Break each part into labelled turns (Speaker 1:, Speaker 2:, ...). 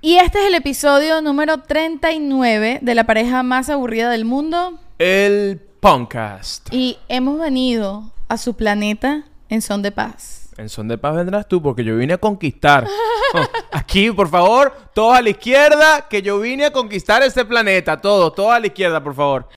Speaker 1: Y este es el episodio número 39 de la pareja más aburrida del mundo.
Speaker 2: El Podcast.
Speaker 1: Y hemos venido a su planeta en son de paz.
Speaker 2: En son de paz vendrás tú porque yo vine a conquistar. Oh, aquí, por favor, todos a la izquierda, que yo vine a conquistar este planeta. Todos, todos a la izquierda, por favor.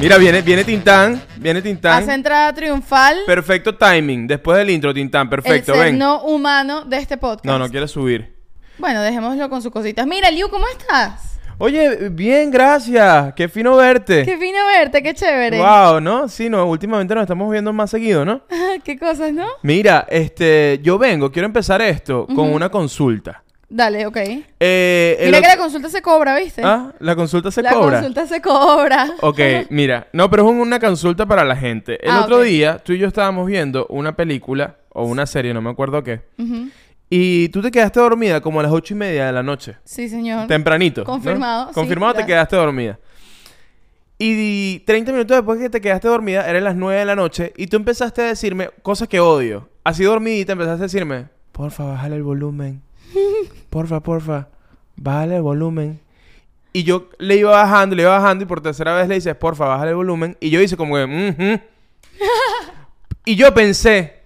Speaker 2: Mira, viene, viene Tintán, viene Tintán.
Speaker 1: Hace entrada triunfal
Speaker 2: Perfecto timing, después del intro, Tintán, perfecto,
Speaker 1: el ser
Speaker 2: ven.
Speaker 1: no humano de este podcast.
Speaker 2: No, no quiere subir.
Speaker 1: Bueno, dejémoslo con sus cositas. Mira, Liu, ¿cómo estás?
Speaker 2: Oye, bien, gracias. Qué fino verte.
Speaker 1: Qué fino verte, qué chévere.
Speaker 2: Wow, ¿no? Sí, no, últimamente nos estamos viendo más seguido, ¿no?
Speaker 1: qué cosas, ¿no?
Speaker 2: Mira, este, yo vengo, quiero empezar esto con una consulta.
Speaker 1: Dale, ok.
Speaker 2: Eh, el
Speaker 1: Mira que
Speaker 2: ot-
Speaker 1: la consulta se cobra, ¿viste?
Speaker 2: Ah, la consulta se
Speaker 1: la
Speaker 2: cobra.
Speaker 1: consulta se cobra.
Speaker 2: Ok, mira, no, pero es un- una consulta para la gente. El
Speaker 1: Ah,
Speaker 2: otro
Speaker 1: ok.
Speaker 2: día tú y yo estábamos viendo una película o una serie, no me acuerdo qué,
Speaker 1: Ujú.
Speaker 2: y tú te quedaste dormida como a las ocho y media de la noche.
Speaker 1: Sí, señor.
Speaker 2: Tempranito. ¿no?
Speaker 1: Confirmado, sí,
Speaker 2: Confirmado te
Speaker 1: claro.
Speaker 2: quedaste dormida. Y 30 minutos después que te quedaste dormida, eran las 9 de la noche, y tú empezaste a decirme cosas que odio. Así dormidita empezaste a decirme, porfa, bájale el volumen. Porfa, porfa, bájale el volumen. Y yo le iba bajando, le iba bajando, y por tercera vez le dices, porfa, bájale el volumen. Y yo hice como que, "Ujú". Y yo pensé,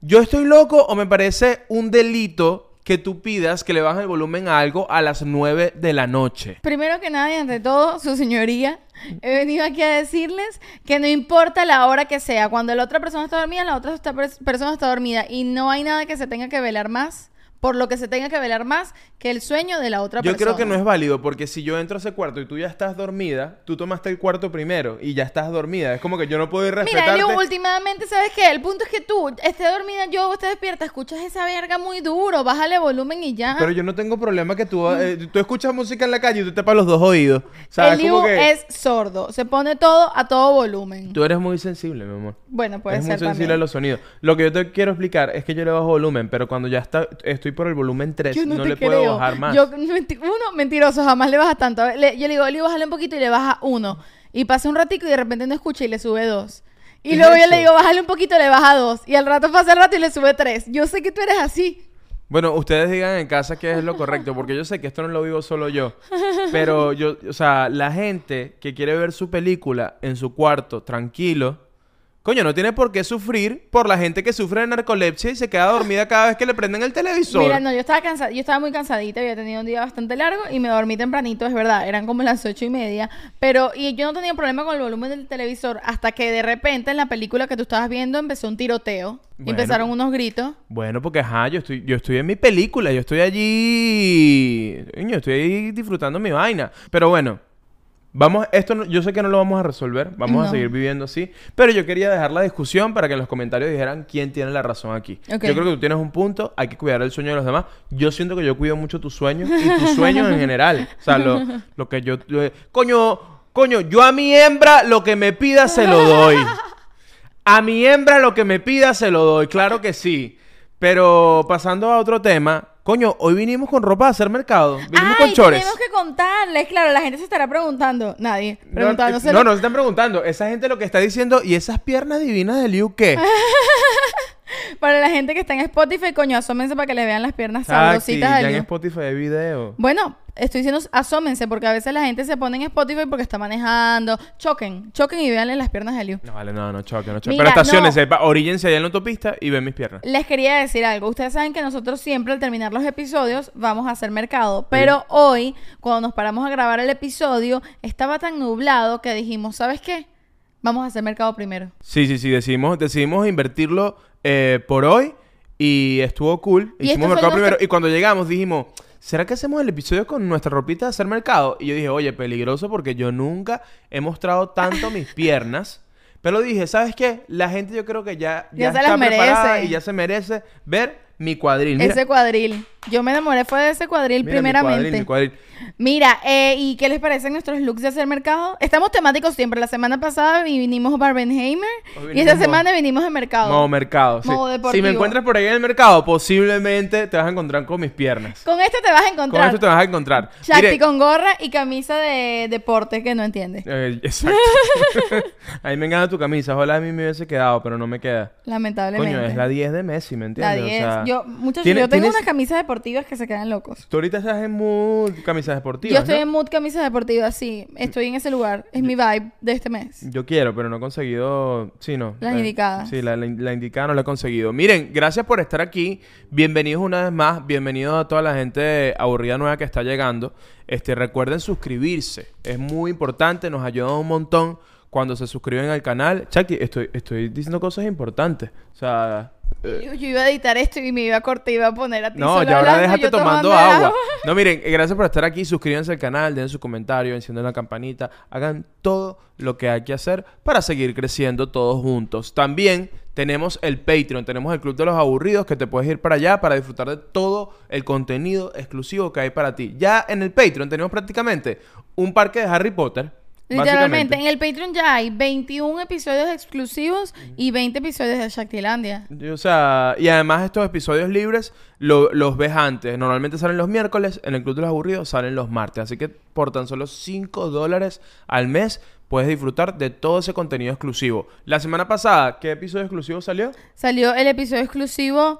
Speaker 2: ¿yo estoy loco o me parece un delito que tú pidas que le bajen el volumen a algo a las 9 de la noche?
Speaker 1: Primero que nada y ante todo, su señoría, he venido aquí a decirles que no importa la hora que sea, cuando la otra persona está dormida, la otra esta pers- persona está dormida y no hay nada que se tenga que velar más, por lo que se tenga que velar más que el sueño de la otra
Speaker 2: Yo
Speaker 1: persona.
Speaker 2: creo que no es válido porque si yo entro a ese cuarto y tú ya estás dormida, tú tomaste el cuarto primero y ya estás dormida. Es como que yo no puedo ir
Speaker 1: Mira,
Speaker 2: respetarte.
Speaker 1: Liu, últimamente, ¿sabes qué? El punto es que tú estés dormida, yo estés despierta, escuchas esa verga muy duro, bájale volumen y ya.
Speaker 2: Pero yo no tengo problema que tú... eh, tú escuchas música en la calle y tú te tapas los dos oídos. O sea,
Speaker 1: el
Speaker 2: es como
Speaker 1: Liu
Speaker 2: que...
Speaker 1: es sordo, se pone todo a todo volumen.
Speaker 2: Tú eres muy sensible, mi amor.
Speaker 1: Bueno, puede
Speaker 2: es muy
Speaker 1: ser
Speaker 2: sensible
Speaker 1: también.
Speaker 2: a los sonidos. Lo que yo te quiero explicar es que yo le bajo volumen, pero cuando ya está, estoy por el volumen 3,
Speaker 1: Yo
Speaker 2: no,
Speaker 1: no, te
Speaker 2: le
Speaker 1: creo.
Speaker 2: puedo bajar más.
Speaker 1: Yo, menti- uno, mentiroso, jamás le bajas tanto. A ver, le- yo le digo, Liu, bájale un poquito y le baja uno. Y pasa un ratico y de repente no escucha y le sube dos.
Speaker 2: ¿Qué
Speaker 1: Y luego
Speaker 2: es
Speaker 1: yo
Speaker 2: eso?
Speaker 1: le digo, bájale un poquito y le baja dos. Y al rato pasa el rato y le sube tres. Yo sé que tú eres así.
Speaker 2: Bueno, ustedes digan en casa qué es lo correcto, porque yo sé que esto no lo vivo solo yo. Pero yo, o sea, la gente que quiere ver su película en su cuarto, tranquilo, coño, no tiene por qué sufrir por la gente que sufre de narcolepsia y se queda dormida cada vez que le prenden el televisor.
Speaker 1: Mira, no, yo estaba cansada, yo estaba muy cansadita, había tenido un día bastante largo y me dormí tempranito, es verdad, eran como las ocho y media, pero y yo no tenía problema con el volumen del televisor hasta que de repente en la película que tú estabas viendo empezó un tiroteo, y
Speaker 2: Bueno.
Speaker 1: empezaron unos gritos.
Speaker 2: Bueno, porque ajá, yo estoy, yo estoy en mi película, yo estoy allí. Yo estoy ahí disfrutando mi vaina. Pero bueno, vamos, esto no- yo sé que no lo vamos a resolver, vamos a
Speaker 1: No.
Speaker 2: seguir viviendo así. Pero yo quería dejar la discusión para que en los comentarios dijeran quién tiene la razón aquí.
Speaker 1: Ok.
Speaker 2: Yo creo que tú tienes un punto, hay que cuidar el sueño de los demás. Yo siento que yo cuido mucho tus sueños y tus sueños en general. O sea, lo, lo que yo. yo- coño, coño, yo a mi hembra lo que me pida se lo doy. A mi hembra lo que me pida se lo doy, claro que sí. Pero pasando a otro tema, coño, hoy vinimos con ropa a hacer mercado.
Speaker 1: Ay,
Speaker 2: Vinimos con chores.
Speaker 1: Tenemos que contarles, claro, la gente se estará preguntando. Nadie.
Speaker 2: No, no,
Speaker 1: Preguntándose.
Speaker 2: no, nos están preguntando. Esa gente lo que está diciendo, ¿y esas piernas divinas de Liu qué?
Speaker 1: Para la gente que está en Spotify, coño, asómense para que les vean las piernas sabrositas.
Speaker 2: Taxi, ya
Speaker 1: del
Speaker 2: en
Speaker 1: Liu.
Speaker 2: Spotify hay video.
Speaker 1: Bueno, estoy diciendo asómense porque a veces la gente se pone en Spotify porque está manejando. Choquen, choquen y véanle las piernas de Liu.
Speaker 2: No, vale, no, no, choque, no choque.
Speaker 1: Mira,
Speaker 2: Pero estaciones,
Speaker 1: no.
Speaker 2: oríllense allá en la autopista y ven mis piernas.
Speaker 1: Les quería decir algo. Ustedes saben que nosotros siempre al terminar los episodios vamos a hacer mercado, pero hoy cuando nos paramos a grabar el episodio estaba tan nublado que dijimos, ¿sabes qué? Vamos a hacer mercado primero.
Speaker 2: Sí, sí, sí, decidimos, decidimos invertirlo eh, por hoy y estuvo cool.
Speaker 1: Y este estos
Speaker 2: Hicimos
Speaker 1: son
Speaker 2: mercado
Speaker 1: los
Speaker 2: primero
Speaker 1: que-
Speaker 2: y cuando llegamos dijimos, ¿será que hacemos el episodio con nuestra ropita de hacer mercado? Y yo dije, oye, peligroso porque yo nunca he mostrado tanto mis piernas. Pero dije, ¿sabes qué? La gente yo creo que ya,
Speaker 1: Ya
Speaker 2: ya,
Speaker 1: se
Speaker 2: está
Speaker 1: las merece.
Speaker 2: preparada y ya se merece ver mi cuadril. Mira,
Speaker 1: Ese cuadril. Yo me enamoré fue de ese cuadril
Speaker 2: Mira, mi
Speaker 1: primeramente.
Speaker 2: cuadril, mi cuadril.
Speaker 1: Mira, eh, ¿y qué les parecen nuestros looks de hacer mercado? Estamos temáticos siempre. La semana pasada vi- vinimos Barbenheimer
Speaker 2: Hoy
Speaker 1: y esta
Speaker 2: vinimos-
Speaker 1: semana vinimos de mercado.
Speaker 2: Modo mercado, sí.
Speaker 1: Modo
Speaker 2: Si
Speaker 1: deportivo.
Speaker 2: me encuentras por ahí en el mercado, posiblemente te vas a encontrar con mis piernas.
Speaker 1: Con este te vas a
Speaker 2: Con
Speaker 1: encontrar.
Speaker 2: esto te vas a encontrar.
Speaker 1: Shakti
Speaker 2: Mire-
Speaker 1: con gorra y camisa de deporte que no entiende.
Speaker 2: Eh, exacto. a mí me encanta tu camisa. Ojalá a mí me hubiese quedado, pero no me queda.
Speaker 1: Lamentablemente.
Speaker 2: Coño, es la 10 de Messi, ¿me
Speaker 1: La
Speaker 2: entiendes?
Speaker 1: 10.
Speaker 2: O sea,
Speaker 1: yo, muchachos,
Speaker 2: tiene-
Speaker 1: yo tengo
Speaker 2: tienes-
Speaker 1: unas camisas deportivas que se quedan locos.
Speaker 2: Tú ahorita estás en mood camisas deportivas,
Speaker 1: Yo estoy
Speaker 2: ¿no?
Speaker 1: en mood camisas deportivas, sí. Estoy en ese lugar. Es mi vibe de este mes.
Speaker 2: Yo quiero, pero no he conseguido. Sí, no.
Speaker 1: Las
Speaker 2: Eh,
Speaker 1: indicadas.
Speaker 2: Sí, la, la- la indicada no la he conseguido. Miren, gracias por estar aquí. Bienvenidos una vez más. Bienvenidos a toda la gente aburrida nueva que está llegando. Este, recuerden suscribirse. Es muy importante. Nos ayuda un montón cuando se suscriben al canal. Chucky, estoy, estoy diciendo cosas importantes. O sea. eh,
Speaker 1: Yo, yo iba a editar esto y me iba a cortar y iba a poner a ti.
Speaker 2: No,
Speaker 1: solo
Speaker 2: ya ahora
Speaker 1: hablando,
Speaker 2: déjate
Speaker 1: yo
Speaker 2: tomando
Speaker 1: agua.
Speaker 2: agua. No, miren, eh, gracias por estar aquí. Suscríbanse al canal, den su comentario, enciendan la campanita. Hagan todo lo que hay que hacer para seguir creciendo todos juntos. También tenemos el Patreon, tenemos el Club de los Aburridos que te puedes ir para allá para disfrutar de todo el contenido exclusivo que hay para ti. Ya en el Patreon tenemos prácticamente un parque de Harry Potter.
Speaker 1: Literalmente, en
Speaker 2: básicamente.
Speaker 1: el Patreon ya hay 21 episodios exclusivos y 20 episodios de Shaktilandia.
Speaker 2: Y, O sea, y además estos episodios libres lo- los ves antes. Normalmente salen los miércoles, en el Club de los Aburridos salen los martes. Así que por tan solo 5 dólares al mes puedes disfrutar de todo ese contenido exclusivo. La semana pasada, ¿qué episodio exclusivo salió?
Speaker 1: Salió el episodio exclusivo.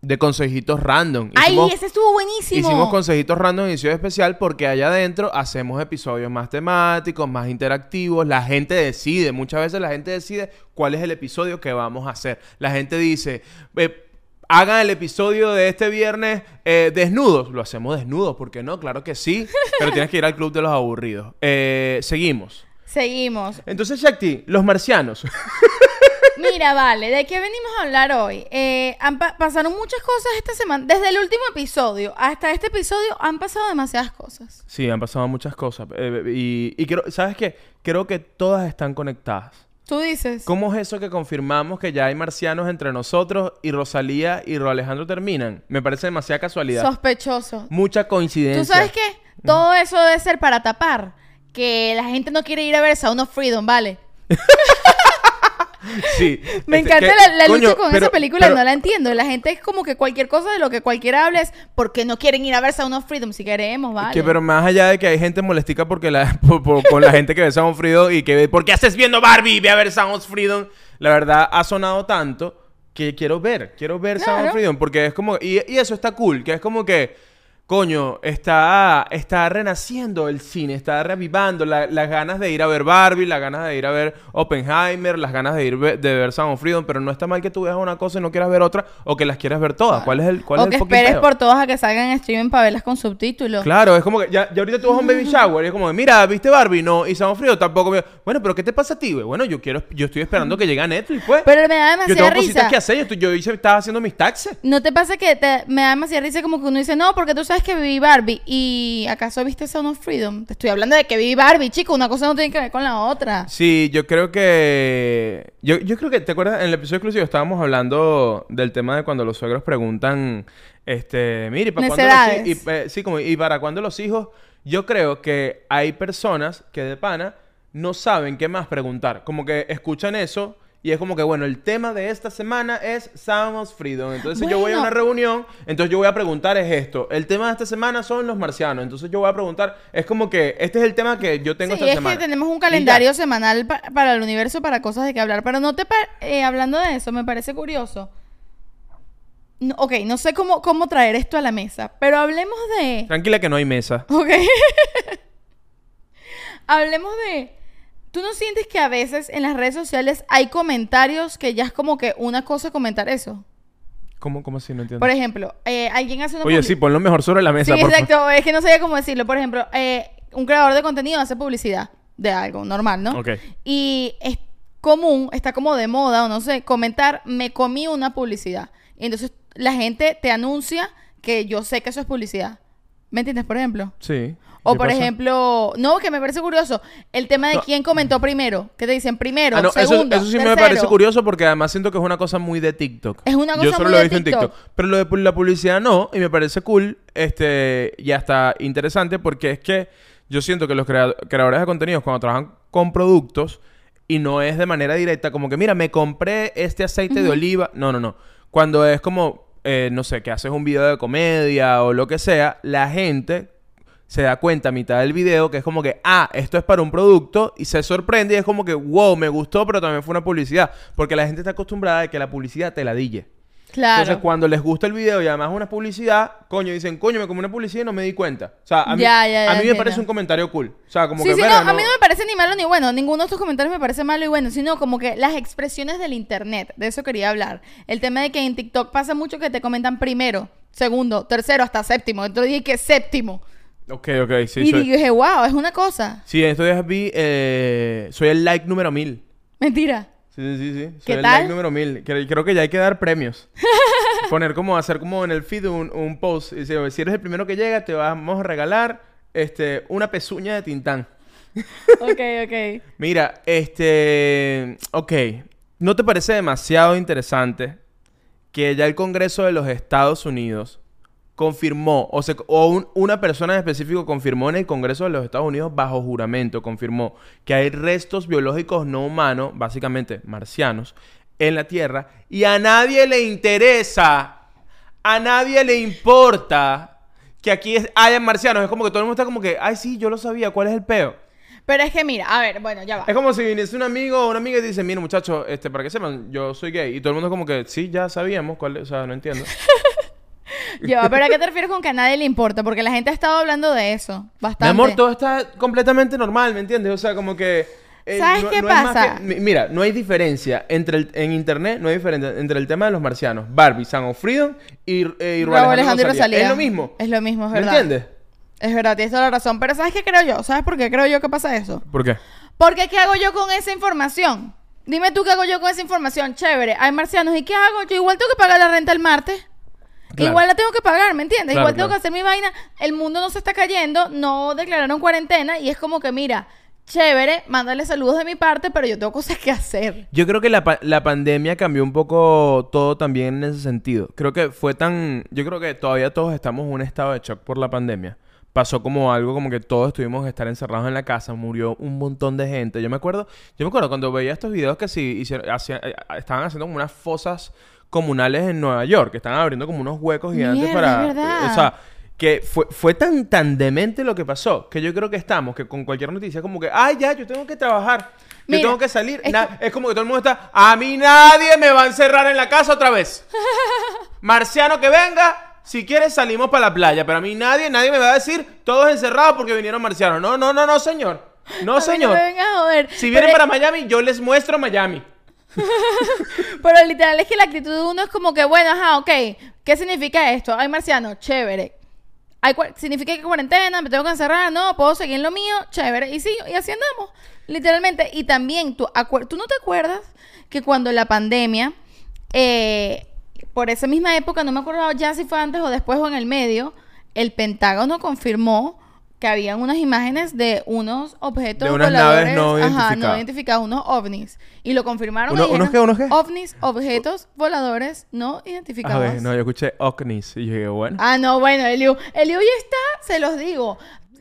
Speaker 2: De Consejitos Random.
Speaker 1: ¡Ay, ese estuvo buenísimo!
Speaker 2: Hicimos consejitos random en edición especial porque allá adentro hacemos episodios más temáticos, más interactivos. La gente decide, muchas veces la gente decide cuál es el episodio que vamos a hacer. La gente dice, eh, hagan el episodio de este viernes eh, desnudos. Lo hacemos desnudos, ¿por qué no? Claro que sí, pero tienes que ir al club de los aburridos. Eh, seguimos.
Speaker 1: Seguimos.
Speaker 2: Entonces, Shakti, los marcianos.
Speaker 1: Mira, vale, ¿de qué venimos a hablar hoy? Eh, han pa- pasaron muchas cosas esta semana. Desde el último episodio hasta este episodio han pasado demasiadas cosas.
Speaker 2: sí, han pasado muchas cosas. eh, y, y creo- ¿sabes qué? Creo que todas están conectadas.
Speaker 1: Tú dices.
Speaker 2: ¿Cómo es eso que confirmamos que ya hay marcianos entre nosotros y Rosalía y Ro Alejandro terminan? Me parece demasiada casualidad.
Speaker 1: Sospechoso.
Speaker 2: Mucha coincidencia.
Speaker 1: ¿Tú sabes qué? Todo eso debe ser para tapar. Que la gente no quiere ir a ver Sound of Freedom, ¿vale?
Speaker 2: Sí.
Speaker 1: Me
Speaker 2: Este,
Speaker 1: encanta
Speaker 2: que-
Speaker 1: la, la
Speaker 2: coño,
Speaker 1: lucha con
Speaker 2: pero-
Speaker 1: esa película,
Speaker 2: pero-
Speaker 1: no la entiendo. La gente es como que cualquier cosa de lo que cualquiera habla es porque no quieren ir a ver Sound of Freedom si queremos, ¿vale?
Speaker 2: Que, pero más allá de que hay gente molestica porque la, por- por- con la gente que ve Sound of Freedom y que ve, ¿por qué haces viendo Barbie? Ve a ver Sound of Freedom. La verdad, ha sonado tanto que quiero ver, quiero ver Sound
Speaker 1: Claro.
Speaker 2: of Freedom porque es como, y, y eso está cool, que es como que, coño, está, está renaciendo el cine, está revivando la- las ganas de ir a ver Barbie, las ganas de ir a ver Oppenheimer, las ganas de ir ve- de ver Sound of Freedom, pero no está mal que tú veas una cosa y no quieras ver otra o que las quieras ver todas. ¿Cuál es el, cuál
Speaker 1: o
Speaker 2: es el
Speaker 1: que
Speaker 2: fucking
Speaker 1: esperes
Speaker 2: peo?
Speaker 1: por todas a que salgan en streaming para verlas con subtítulos.
Speaker 2: Claro, es como que ya, ya ahorita tú vas a un baby shower y es como, que, mira, ¿viste Barbie? No, y Sound Frío tampoco. me- Bueno, pero ¿qué te pasa a ti, güey? Bueno, yo quiero, yo estoy esperando que llegue a Netflix, pues.
Speaker 1: Pero me da
Speaker 2: yo tengo
Speaker 1: demasiada
Speaker 2: cositas
Speaker 1: risa.
Speaker 2: que hacer, yo, estoy- yo hice- estaba haciendo mis taxes.
Speaker 1: ¿No te pasa que te- me da demasiada risa como que uno dice, no, porque tú sabes que viví Barbie y acaso viste Sound of Freedom? Te estoy hablando de que viví Barbie, chico, una cosa no tiene que ver con la otra.
Speaker 2: Sí, yo creo que. Yo, yo creo que, ¿te acuerdas? En el episodio exclusivo estábamos hablando del tema de cuando los suegros preguntan, este, mire, ¿para cuándo los hijos?
Speaker 1: Necedades.
Speaker 2: Y, eh, sí, como, ¿y para cuándo los hijos? Yo creo que hay personas que de pana no saben qué más preguntar. Como que escuchan eso y es como que, bueno, el tema de esta semana es Sound of Freedom. Entonces yo voy a
Speaker 1: Bueno.
Speaker 2: una reunión, entonces yo voy a preguntar es esto. El tema de esta semana son los marcianos. Entonces yo voy a preguntar, es como que este es el tema que yo tengo
Speaker 1: sí,
Speaker 2: esta
Speaker 1: es
Speaker 2: semana.
Speaker 1: que tenemos un
Speaker 2: Y ya.
Speaker 1: calendario semanal pa- para el universo, para cosas de que hablar. Pero no te... pa- eh, hablando de eso, me parece curioso. No, ok, no sé cómo, cómo traer esto a la mesa, pero hablemos de...
Speaker 2: Tranquila que no hay mesa.
Speaker 1: Ok. Hablemos de. ¿Tú no sientes que a veces en las redes sociales hay comentarios que ya es como que una cosa comentar eso?
Speaker 2: ¿Cómo, cómo así? No entiendo.
Speaker 1: Por ejemplo, eh, alguien hace una.
Speaker 2: Oye,
Speaker 1: publi-
Speaker 2: sí, ponlo mejor sobre la
Speaker 1: Sí,
Speaker 2: mesa, por favor.
Speaker 1: exacto. Es que no sabía cómo decirlo. Por ejemplo, eh, un creador de contenido hace publicidad de algo normal, ¿no?
Speaker 2: Ok.
Speaker 1: Y es común, está como de moda o no sé, comentar, me comí una publicidad. Y entonces la gente te anuncia que yo sé que eso es publicidad. ¿Me entiendes? Por ejemplo.
Speaker 2: Sí.
Speaker 1: O
Speaker 2: ¿Qué
Speaker 1: por
Speaker 2: pasa?
Speaker 1: ejemplo, no, que me parece curioso, el tema de
Speaker 2: No.
Speaker 1: quién comentó primero, que te dicen primero,
Speaker 2: Ah, no, eso-
Speaker 1: segundo,
Speaker 2: eso, sí me
Speaker 1: tercero.
Speaker 2: parece curioso porque además siento que es una cosa muy de TikTok.
Speaker 1: Es una
Speaker 2: Yo
Speaker 1: cosa
Speaker 2: solo
Speaker 1: muy
Speaker 2: lo he
Speaker 1: de
Speaker 2: visto en
Speaker 1: TikTok.
Speaker 2: TikTok. Pero lo de pu- la publicidad no, y me parece cool, este, y hasta interesante porque es que yo siento que los crea- creadores de contenidos cuando trabajan con productos y no es de manera directa como que, mira, me compré este aceite de oliva. No, no, no. Cuando es como, eh, no sé, que haces un video de comedia o lo que sea, la gente se da cuenta a mitad del video que es como que, ah, esto es para un producto y se sorprende y es como que, wow, me gustó, pero también fue una publicidad. Porque la gente está acostumbrada a que la publicidad te la dille.
Speaker 1: Claro.
Speaker 2: Entonces, cuando les gusta el video y además una publicidad, coño, dicen, coño, me comí una publicidad y no me di cuenta. O sea, a mí,
Speaker 1: Ya, ya, ya,
Speaker 2: a mí me
Speaker 1: entiendo.
Speaker 2: parece un comentario cool. O sea, como
Speaker 1: sí,
Speaker 2: que,
Speaker 1: sí, no,
Speaker 2: verga,
Speaker 1: a mí no me parece ni malo ni bueno. Ninguno de estos comentarios me parece malo y bueno, sino como que las expresiones del internet. De eso quería hablar. El tema de que en TikTok pasa mucho que te comentan primero, segundo, tercero, hasta séptimo. Entonces dije que séptimo.
Speaker 2: Ok, ok, sí.
Speaker 1: y
Speaker 2: soy-
Speaker 1: dije, wow, es una cosa.
Speaker 2: Sí, en estos días vi, eh, soy el like número mil.
Speaker 1: Mentira.
Speaker 2: Sí, sí, sí, sí. Soy
Speaker 1: ¿Qué
Speaker 2: el
Speaker 1: tal?
Speaker 2: like número mil. Cre- Creo que ya hay que dar premios. Poner como, hacer como en el feed un, un post. Y dice, si eres el primero que llega, te vamos a regalar este, una pezuña de tintán.
Speaker 1: ok, ok.
Speaker 2: Mira, este. Ok. ¿No te parece demasiado interesante que ya el Congreso de los Estados Unidos confirmó, o, se, o un- una persona en específico confirmó en el Congreso de los Estados Unidos bajo juramento, confirmó que hay restos biológicos no humanos, básicamente marcianos, en la Tierra y a nadie le interesa, a nadie le importa que aquí es- haya marcianos? Es como que todo el mundo está como que, ay, sí, yo lo sabía, ¿cuál es el peo?
Speaker 1: Pero es que mira, a ver, bueno, ya va.
Speaker 2: Es como si viniese un amigo o una amiga y te dice, mira muchachos, este, para que sepan, yo soy gay. Y todo el mundo como que, sí, ya sabíamos cuál es, o sea, no entiendo.
Speaker 1: Ya va, pero ¿a qué te refieres con que a nadie le importa? Porque la gente ha estado hablando de eso bastante.
Speaker 2: Mi amor, todo está completamente normal, ¿me entiendes? O sea, como que... eh,
Speaker 1: ¿Sabes qué
Speaker 2: es más
Speaker 1: pasa?
Speaker 2: que- mi- mira, no hay diferencia entre el, en internet, no hay diferencia entre el tema de los marcianos, Barbie, San of Freedom y, eh, y Rubén
Speaker 1: Raúl Alejandro y
Speaker 2: Rosalía.
Speaker 1: Rosalía.
Speaker 2: Es lo mismo.
Speaker 1: Es lo mismo, es
Speaker 2: ¿Me
Speaker 1: verdad.
Speaker 2: entiendes?
Speaker 1: Es verdad, tienes toda la razón. Pero ¿sabes qué creo yo? ¿Sabes por qué creo yo que pasa eso?
Speaker 2: ¿Por qué?
Speaker 1: Porque ¿qué hago yo con esa información? Dime tú qué hago yo con esa información. Chévere, hay marcianos. ¿Y qué hago? Yo igual tengo que pagar la renta el martes.
Speaker 2: Claro.
Speaker 1: Igual la tengo que pagar, ¿me entiendes?
Speaker 2: Claro,
Speaker 1: igual tengo
Speaker 2: claro.
Speaker 1: que hacer mi vaina. El mundo no se está cayendo, no declararon cuarentena y es como que, mira, chévere, mándale saludos de mi parte, pero yo tengo cosas que hacer.
Speaker 2: Yo creo que la, pa- la pandemia cambió un poco todo también en ese sentido. Creo que fue tan... Yo creo que todavía todos estamos en un estado de shock por la pandemia. Pasó como algo como que todos estuvimos estar encerrados en la casa, murió un montón de gente. Yo me acuerdo, yo me acuerdo cuando veía estos videos que si hicieron, hacían- eh, estaban haciendo como unas fosas comunales en Nueva York, que estaban abriendo como unos huecos gigantes
Speaker 1: Mierda,
Speaker 2: para,
Speaker 1: es verdad.
Speaker 2: o sea, que fue, fue tan tan demente lo que pasó que yo creo que estamos que con cualquier noticia como que ay ya yo tengo que trabajar yo
Speaker 1: Mira,
Speaker 2: tengo que salir
Speaker 1: es
Speaker 2: Na- es, como que todo el mundo está a mí nadie me va a encerrar en la casa otra vez marciano que venga si quieres salimos para la playa pero a mí nadie nadie me va a decir todos encerrados porque vinieron marcianos no no no no señor
Speaker 1: A
Speaker 2: no
Speaker 1: mí
Speaker 2: señor
Speaker 1: No me vengas a joder.
Speaker 2: si vienen
Speaker 1: Pero-
Speaker 2: para Miami yo les muestro Miami
Speaker 1: Pero literal es que la actitud de uno es como que, bueno, ajá, ok, ¿qué significa esto? Hay marciano, chévere. Hay cua- significa que cuarentena, me tengo que encerrar, no, puedo seguir en lo mío, chévere. Y sí, y así andamos, literalmente. Y también, tú, acuer- ¿tú no te acuerdas que cuando la pandemia, eh, por esa misma época, no me acuerdo ya si fue antes o después o en el medio, el Pentágono confirmó que habían unas imágenes de unos objetos
Speaker 2: De unas
Speaker 1: voladores,
Speaker 2: naves
Speaker 1: ajá, no
Speaker 2: no identificadas.
Speaker 1: identificados, unos ovnis. Y lo confirmaron.
Speaker 2: Uno-
Speaker 1: y dijeron,
Speaker 2: ¿unos qué, unos qué?
Speaker 1: ovnis, objetos voladores no
Speaker 2: a
Speaker 1: identificados.
Speaker 2: ver no yo escuché Ocnis y yo dije bueno
Speaker 1: Ah, no, bueno, Eliu. Eliu ya está, se los digo.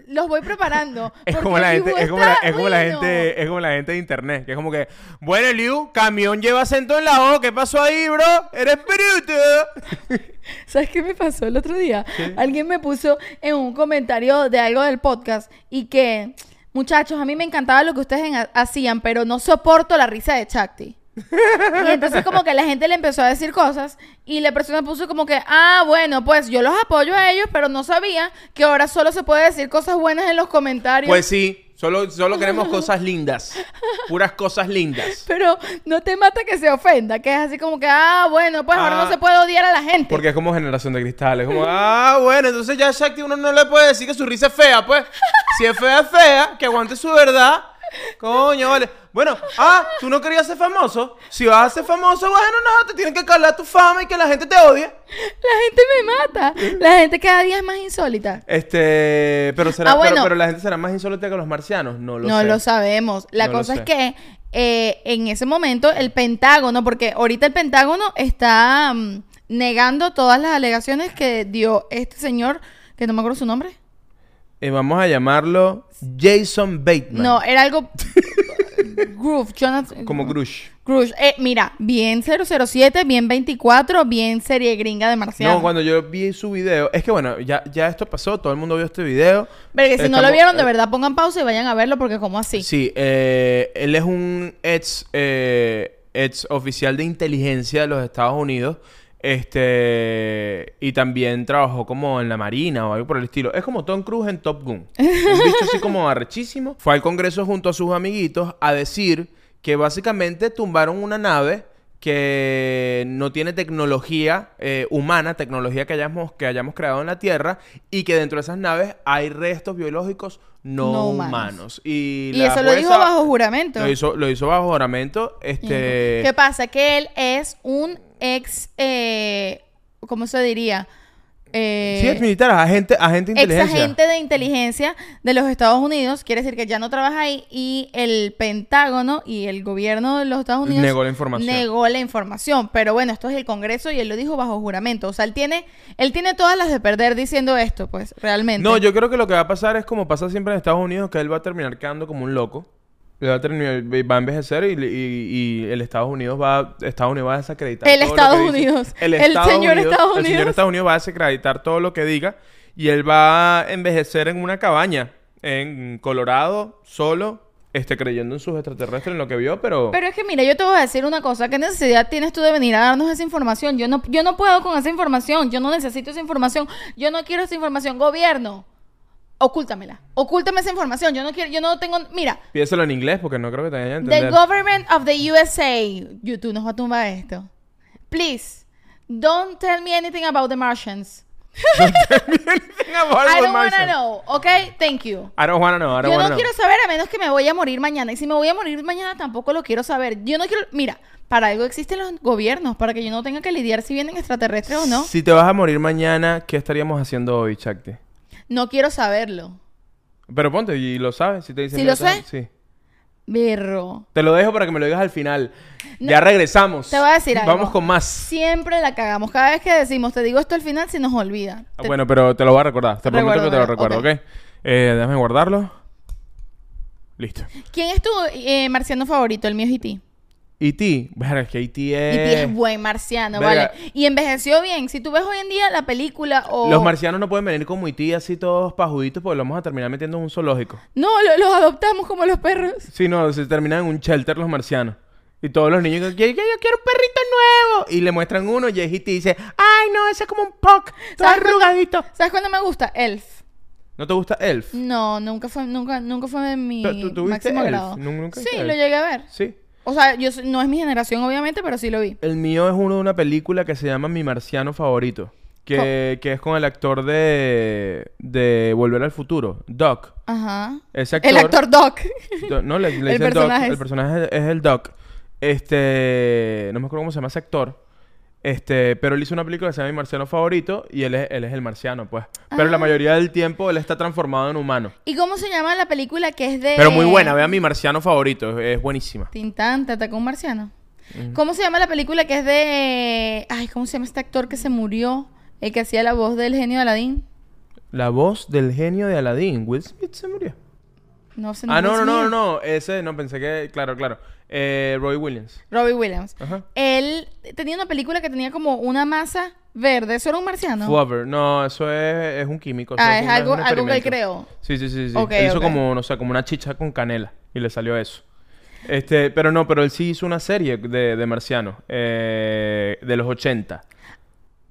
Speaker 1: Los voy preparando.
Speaker 2: Es
Speaker 1: porque
Speaker 2: como, la
Speaker 1: Eliu
Speaker 2: gente, es, como la,
Speaker 1: está-
Speaker 2: es como la
Speaker 1: bueno.
Speaker 2: gente, es como la gente de internet, que es como que, bueno, Liu, camión lleva acento en la O, ¿qué pasó ahí, bro? Eres bruto.
Speaker 1: ¿Sabes qué me pasó el otro día? Alguien me puso en un comentario de algo del podcast y que, muchachos, a mí me encantaba lo que ustedes en- hacían, pero no soporto la risa de Chakti. Y entonces como que la gente le empezó a decir cosas y la persona puso como que, ah, bueno, pues yo los apoyo a ellos, pero no sabía que ahora solo se puede decir cosas buenas en los comentarios.
Speaker 2: Pues sí, solo, solo queremos cosas lindas, puras cosas lindas.
Speaker 1: Pero no te mata que se ofenda, que es así como que, ah, bueno, pues ahora no
Speaker 2: Ah.
Speaker 1: se puede odiar a la gente.
Speaker 2: Porque es como generación de cristales, como, ah, bueno, entonces ya Shakti uno no le puede decir que su risa es fea, pues. Si es fea, es fea, que aguante su verdad. Coño, vale. Bueno, ah, tú no querías ser famoso. Si vas a ser famoso, bueno, no, te tienen que calar tu fama y que la gente te odie.
Speaker 1: La
Speaker 2: ¿Eh?
Speaker 1: gente me mata. La gente cada día es más insólita.
Speaker 2: Este, pero será,
Speaker 1: Ah, bueno.
Speaker 2: pero, pero la gente será más insólita que los marcianos. No lo
Speaker 1: no
Speaker 2: sé.
Speaker 1: lo sabemos. La
Speaker 2: No lo
Speaker 1: cosa es
Speaker 2: sé.
Speaker 1: que eh, en ese momento el Pentágono, porque ahorita el Pentágono está mm, negando todas las alegaciones que dio este señor, que no me acuerdo su nombre.
Speaker 2: Eh, vamos a llamarlo Jason Bateman.
Speaker 1: No, era algo... Groove, Jonathan...
Speaker 2: Como Grush.
Speaker 1: Grush. Eh, mira, bien 007, bien 24, bien serie gringa de marciano.
Speaker 2: No, cuando yo vi su video, es que bueno, ya, ya esto pasó, todo el mundo vio este video.
Speaker 1: Pero que si no lo
Speaker 2: Estamos-
Speaker 1: vieron, de
Speaker 2: eh,
Speaker 1: verdad pongan pausa y vayan a verlo porque como así.
Speaker 2: Sí, eh, él es un ex, eh, ex oficial de inteligencia de los Estados Unidos. Este. Y también trabajó como en la Marina o algo por el estilo. Es como Tom Cruise en Top Gun. Un bicho así como arrechísimo. Fue al Congreso junto a sus amiguitos a decir que básicamente tumbaron una nave que no tiene tecnología eh, humana, tecnología que hayamos, que hayamos creado en la Tierra, y que dentro de esas naves hay restos biológicos no,
Speaker 1: No humanos.
Speaker 2: humanos. Y,
Speaker 1: y
Speaker 2: la
Speaker 1: eso lo dijo
Speaker 2: jueza
Speaker 1: bajo juramento.
Speaker 2: Lo hizo, lo hizo bajo juramento. Este.
Speaker 1: ¿Qué pasa? Que él es un ex, eh, ¿cómo se diría? Eh,
Speaker 2: Sí, es militar, agente, agente de
Speaker 1: ex
Speaker 2: inteligencia.
Speaker 1: agente de inteligencia de los Estados Unidos, quiere decir que ya no trabaja ahí y el Pentágono y el gobierno de los Estados Unidos
Speaker 2: Negó la información.
Speaker 1: negó la información. Pero bueno, esto es el Congreso y él lo dijo bajo juramento. O sea, él tiene, él tiene todas las de perder diciendo esto, pues, realmente.
Speaker 2: No, yo creo que lo que va a pasar es como pasa siempre en Estados Unidos, que él va a terminar quedando como un loco. Le va a, terminar, va a envejecer y, y- y el Estados Unidos va a, Estados Unidos va a desacreditar.
Speaker 1: El
Speaker 2: todo lo que
Speaker 1: Estados
Speaker 2: dice.
Speaker 1: Unidos. El señor Estados
Speaker 2: El señor
Speaker 1: Unidos.
Speaker 2: Estados Unidos va a desacreditar todo lo que diga y él va a envejecer en una cabaña en Colorado, solo, este, creyendo en sus extraterrestres, en lo que vio, pero...
Speaker 1: Pero es que mira, yo te voy a decir una cosa, ¿qué necesidad tienes tú de venir a darnos esa información? Yo no, yo no puedo con esa información, yo no necesito esa información, yo no quiero esa información, gobierno, ocúltamela, ocúltame esa información, yo no quiero, yo no tengo, mira,
Speaker 2: Piénselo en inglés porque no creo que te vayan a
Speaker 1: the
Speaker 2: entender.
Speaker 1: government of the USA, YouTube nos va a tumbar esto, please, don't tell me anything about the Martians, I don't wanna know, okay, thank you.
Speaker 2: I don't wanna know. I don't
Speaker 1: Yo
Speaker 2: wanna
Speaker 1: no
Speaker 2: know.
Speaker 1: quiero saber a menos que me voy a morir mañana. Y si me voy a morir mañana tampoco lo quiero saber. Yo no quiero... Mira, para algo existen los gobiernos, para que yo no tenga que lidiar si vienen extraterrestres o no.
Speaker 2: Si te vas a morir mañana, ¿qué estaríamos haciendo hoy, Chakti?
Speaker 1: No quiero saberlo.
Speaker 2: Pero ponte, y lo sabes, si te dicen...
Speaker 1: ¿Sí
Speaker 2: mira,
Speaker 1: lo
Speaker 2: te vas-
Speaker 1: sé?
Speaker 2: Sí.
Speaker 1: Berro.
Speaker 2: Te lo dejo para que me lo digas al final.
Speaker 1: No,
Speaker 2: ya regresamos.
Speaker 1: te voy a decir algo.
Speaker 2: Vamos con más.
Speaker 1: Siempre la cagamos. Cada vez que decimos, te digo esto al final, se nos olvida.
Speaker 2: Ah,
Speaker 1: Te-
Speaker 2: Bueno, pero te lo voy a recordar. Te prometo que te lo
Speaker 1: Recuérdamelo,
Speaker 2: recuerdo, ¿ok? Eh, déjame guardarlo. Listo.
Speaker 1: ¿Quién es tu eh, marciano favorito? El mío es E E.T.
Speaker 2: E.T. E Verga, es que E.T. es...
Speaker 1: E.T. E es buen marciano,
Speaker 2: verga.
Speaker 1: ¿vale? Y envejeció bien. Si tú ves hoy en día la película o...
Speaker 2: Los marcianos no pueden venir como E.T. así todos pajuditos porque lo vamos a terminar metiendo en un zoológico.
Speaker 1: No, lo- los adoptamos como los perros.
Speaker 2: Sí, no, se terminan en un shelter los marcianos. Y todos los niños que "Yo- yo- yo quiero un perrito nuevo. Y le muestran uno y Ejiti dice, ay no, ese es como un puck, todo
Speaker 1: ¿Sabes cuándo-
Speaker 2: arrugadito.
Speaker 1: ¿Sabes cuándo me gusta? Elf.
Speaker 2: ¿No te gusta Elf?
Speaker 1: No, nunca fue, nunca, nunca fue mi
Speaker 2: ¿Tú- tú- tú viste
Speaker 1: máximo
Speaker 2: Elf?
Speaker 1: grado.
Speaker 2: ¿Nun- nunca
Speaker 1: sí,
Speaker 2: viste
Speaker 1: lo
Speaker 2: Elf?
Speaker 1: llegué a ver.
Speaker 2: Sí.
Speaker 1: O sea, yo s- no es mi generación, obviamente, pero sí lo vi.
Speaker 2: El mío es uno de una película que se llama Mi Marciano Favorito. Que, que es con el actor de, de Volver al Futuro, Doc.
Speaker 1: Ajá.
Speaker 2: Ese
Speaker 1: El actor Doc.
Speaker 2: Do- no, le, le
Speaker 1: El
Speaker 2: dicen
Speaker 1: personaje
Speaker 2: Doc.
Speaker 1: es-
Speaker 2: El personaje es el Doc. Este. No me acuerdo cómo se llama ese actor. Este, pero él hizo una película que se llama Mi Marciano Favorito y él es, él es el marciano, pues. Pero
Speaker 1: Ah.
Speaker 2: la mayoría del tiempo él está transformado en humano.
Speaker 1: ¿Y cómo se llama la película que es de.
Speaker 2: Pero muy buena, vean mi marciano favorito, es, es buenísima.
Speaker 1: Tintán, te atacó un marciano. ¿Cómo se llama la película que es de. Ay, ¿cómo se llama este actor que se murió? El que hacía la voz del genio de Aladdin.
Speaker 2: La voz del genio de Aladdin, Will Smith se murió.
Speaker 1: No sé
Speaker 2: Ah, no, no,
Speaker 1: es mío.
Speaker 2: no, no, ese no pensé que, claro, claro. Eh, Roy Williams.
Speaker 1: Robbie Williams.
Speaker 2: Ajá.
Speaker 1: Él tenía una película que tenía como una masa verde. ¿Eso era un marciano?
Speaker 2: Flubber, no, eso es, es un químico. eso
Speaker 1: Ah,
Speaker 2: es
Speaker 1: es
Speaker 2: una-
Speaker 1: algo-
Speaker 2: un
Speaker 1: algo que él
Speaker 2: experimento.
Speaker 1: creó.
Speaker 2: Sí, sí, sí. sí.
Speaker 1: Ok,
Speaker 2: él hizo
Speaker 1: ok.
Speaker 2: como, no sé, como una chicha con canela y le salió eso. Este, pero no, pero él sí hizo una serie de, de marcianos eh, de los 80.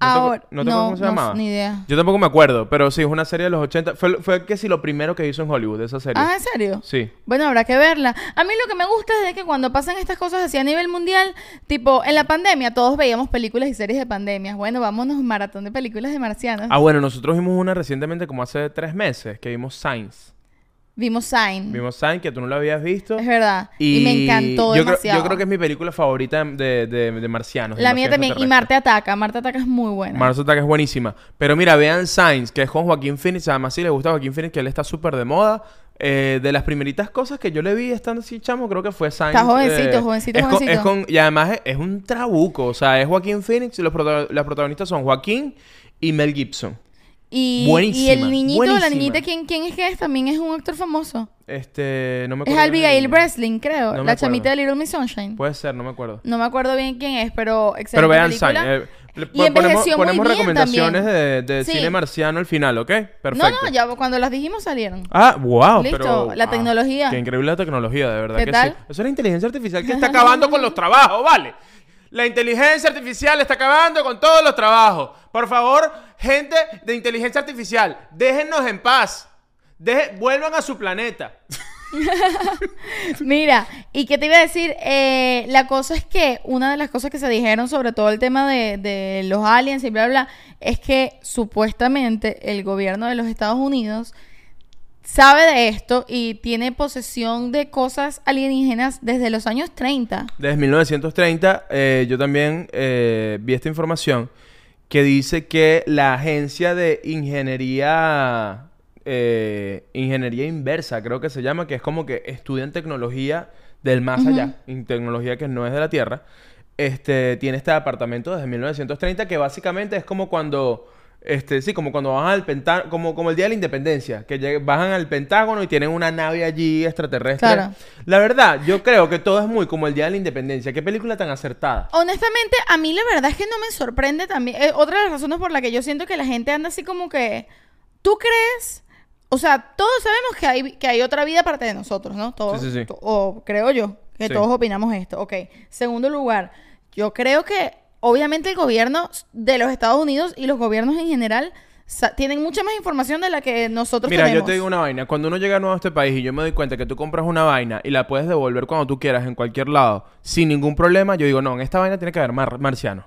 Speaker 2: ¿No te acu-
Speaker 1: Ahora.
Speaker 2: ¿No te acuerdas cómo se llamaba?
Speaker 1: Ni idea.
Speaker 2: Yo tampoco me acuerdo, pero sí, es una serie de los 80. Fue, fue que sí lo primero que hizo en Hollywood, esa serie.
Speaker 1: Ah, ¿en serio?
Speaker 2: Sí.
Speaker 1: Bueno, habrá que verla. A mí lo que me gusta es de que cuando pasan estas cosas así a nivel mundial, tipo en la pandemia todos veíamos películas y series de pandemias. Bueno, vámonos maratón de películas de marcianos.
Speaker 2: Ah, bueno, nosotros vimos una recientemente como hace tres meses que vimos Science.
Speaker 1: Vimos Sign.
Speaker 2: Vimos Sign, que tú no lo habías visto.
Speaker 1: Es verdad. Y, me encantó
Speaker 2: yo creo,
Speaker 1: demasiado.
Speaker 2: yo creo que es mi película favorita de, de, de marcianos. de
Speaker 1: La mía
Speaker 2: marcianos
Speaker 1: también. Y
Speaker 2: extraterrestres.
Speaker 1: Marte Ataca. Marte Ataca es muy buena.
Speaker 2: Mars Attack es buenísima. Pero mira, vean Signs, que es con Joaquín Phoenix. Además, si les gusta Joaquín Phoenix, que él está súper de moda. Eh, de las primeritas cosas que yo le vi estando así, chamo, creo que fue Signs.
Speaker 1: Está jovencito,
Speaker 2: eh,
Speaker 1: jovencito,
Speaker 2: es con-
Speaker 1: jovencito.
Speaker 2: es con- y además es, es un trabuco. O sea, es Joaquín Phoenix y los, prota- los protagonistas son Joaquín y Mel Gibson.
Speaker 1: y, y
Speaker 2: buenísima,
Speaker 1: el niñito, la
Speaker 2: buenísima.
Speaker 1: niñita, ¿quién, ¿quién es que es? También es un actor famoso.
Speaker 2: Este, no me
Speaker 1: Es
Speaker 2: acuerdo.
Speaker 1: Abigail
Speaker 2: bien.
Speaker 1: Breslin, creo.
Speaker 2: No me
Speaker 1: la
Speaker 2: acuerdo.
Speaker 1: chamita de Little Miss Sunshine.
Speaker 2: Puede ser, no me acuerdo.
Speaker 1: No me acuerdo bien quién es, pero excelente
Speaker 2: Pero vean Signs.
Speaker 1: película.
Speaker 2: Eh, le-
Speaker 1: Y envejeció muy
Speaker 2: ponemos ponemos
Speaker 1: bien
Speaker 2: recomendaciones de, de
Speaker 1: Sí.
Speaker 2: cine marciano al final, ¿ok? Perfecto.
Speaker 1: no, no, ya cuando las dijimos salieron.
Speaker 2: Ah, wow.
Speaker 1: Listo,
Speaker 2: pero-
Speaker 1: la
Speaker 2: ah,
Speaker 1: tecnología.
Speaker 2: Qué increíble la tecnología, de verdad
Speaker 1: ¿Qué
Speaker 2: que
Speaker 1: tal?
Speaker 2: sí. Eso es la inteligencia artificial que está acabando con los trabajos, ¿vale? La inteligencia artificial está acabando con todos los trabajos. Por favor, gente de inteligencia artificial, déjennos en paz. Deje- vuelvan a su planeta.
Speaker 1: Mira, y qué te iba a decir, Eh, la cosa es que una de las cosas que se dijeron sobre todo el tema de, de los aliens y bla, bla, bla, es que supuestamente el gobierno de los Estados Unidos sabe de esto y tiene posesión de cosas alienígenas desde los años 30.
Speaker 2: Desde 1930, eh, yo también eh, vi esta información que dice que la agencia de ingeniería, eh, ingeniería inversa, creo que se llama, que es como que estudian tecnología del más allá, in- tecnología que no es de la Tierra, este, tiene este apartamento desde 1930 que básicamente es como cuando... Este, sí, como cuando bajan al Pentágono, como, como el día de la independencia, que lleg- bajan al Pentágono y tienen una nave allí extraterrestre.
Speaker 1: Claro.
Speaker 2: La verdad, yo creo que todo es muy como el Día de la Independencia. Qué película tan acertada.
Speaker 1: Honestamente, a mí la verdad es que no me sorprende también. Eh, otra de las razones por la que yo siento que la gente anda así como que. ¿Tú crees? O sea, todos sabemos que hay, que hay otra vida aparte de nosotros, ¿no? Todos.
Speaker 2: Sí, sí, sí.
Speaker 1: to- O creo yo, que
Speaker 2: Sí.
Speaker 1: todos opinamos esto. Ok. Segundo lugar, yo creo que obviamente el gobierno de los Estados Unidos y los gobiernos en general sa- tienen mucha más información de la que nosotros
Speaker 2: Mira,
Speaker 1: tenemos.
Speaker 2: yo te digo una vaina. Cuando uno llega nuevo a este país y yo me doy cuenta que tú compras una vaina y la puedes devolver cuando tú quieras en cualquier lado sin ningún problema, yo digo, no, en esta vaina tiene que haber mar- marciano.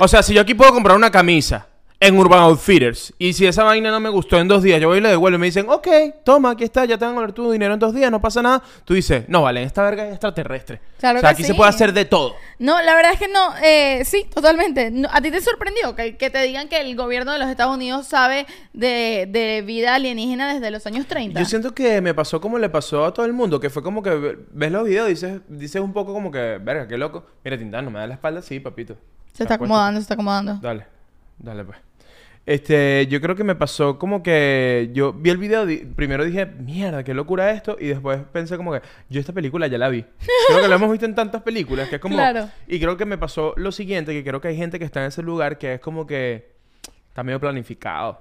Speaker 2: o sea, si yo aquí puedo comprar una camisa en Urban Outfitters y si esa vaina no me gustó en dos días, yo voy y la devuelvo y me dicen, ok, toma, aquí está, ya te van a volver tu dinero en dos días, no pasa nada. Tú dices, no, vale, en esta verga es extraterrestre.
Speaker 1: Claro
Speaker 2: o sea,
Speaker 1: que
Speaker 2: aquí
Speaker 1: sí.
Speaker 2: se puede hacer de todo.
Speaker 1: No, la verdad es que no, eh, sí, totalmente. No, ¿A ti te sorprendió que, que te digan que el gobierno de los Estados Unidos sabe de, de vida alienígena desde los años 30?
Speaker 2: Yo siento que me pasó como le pasó a todo el mundo, que fue como que ve- ves los videos y dices, dices un poco como que, verga, qué loco. Mira, Tintán, no me da la espalda, sí, papito.
Speaker 1: se está
Speaker 2: Acuéstate.
Speaker 1: acomodando, se está acomodando.
Speaker 2: Dale, dale pues. Este, yo creo que me pasó como que yo vi el video, di- primero dije, mierda, qué locura esto, y después pensé como que, yo esta película ya la vi. Creo que la hemos visto en tantas películas, que es como...
Speaker 1: Claro.
Speaker 2: Y creo que me pasó lo siguiente, que creo que hay gente que está en ese lugar que es como que está medio planificado.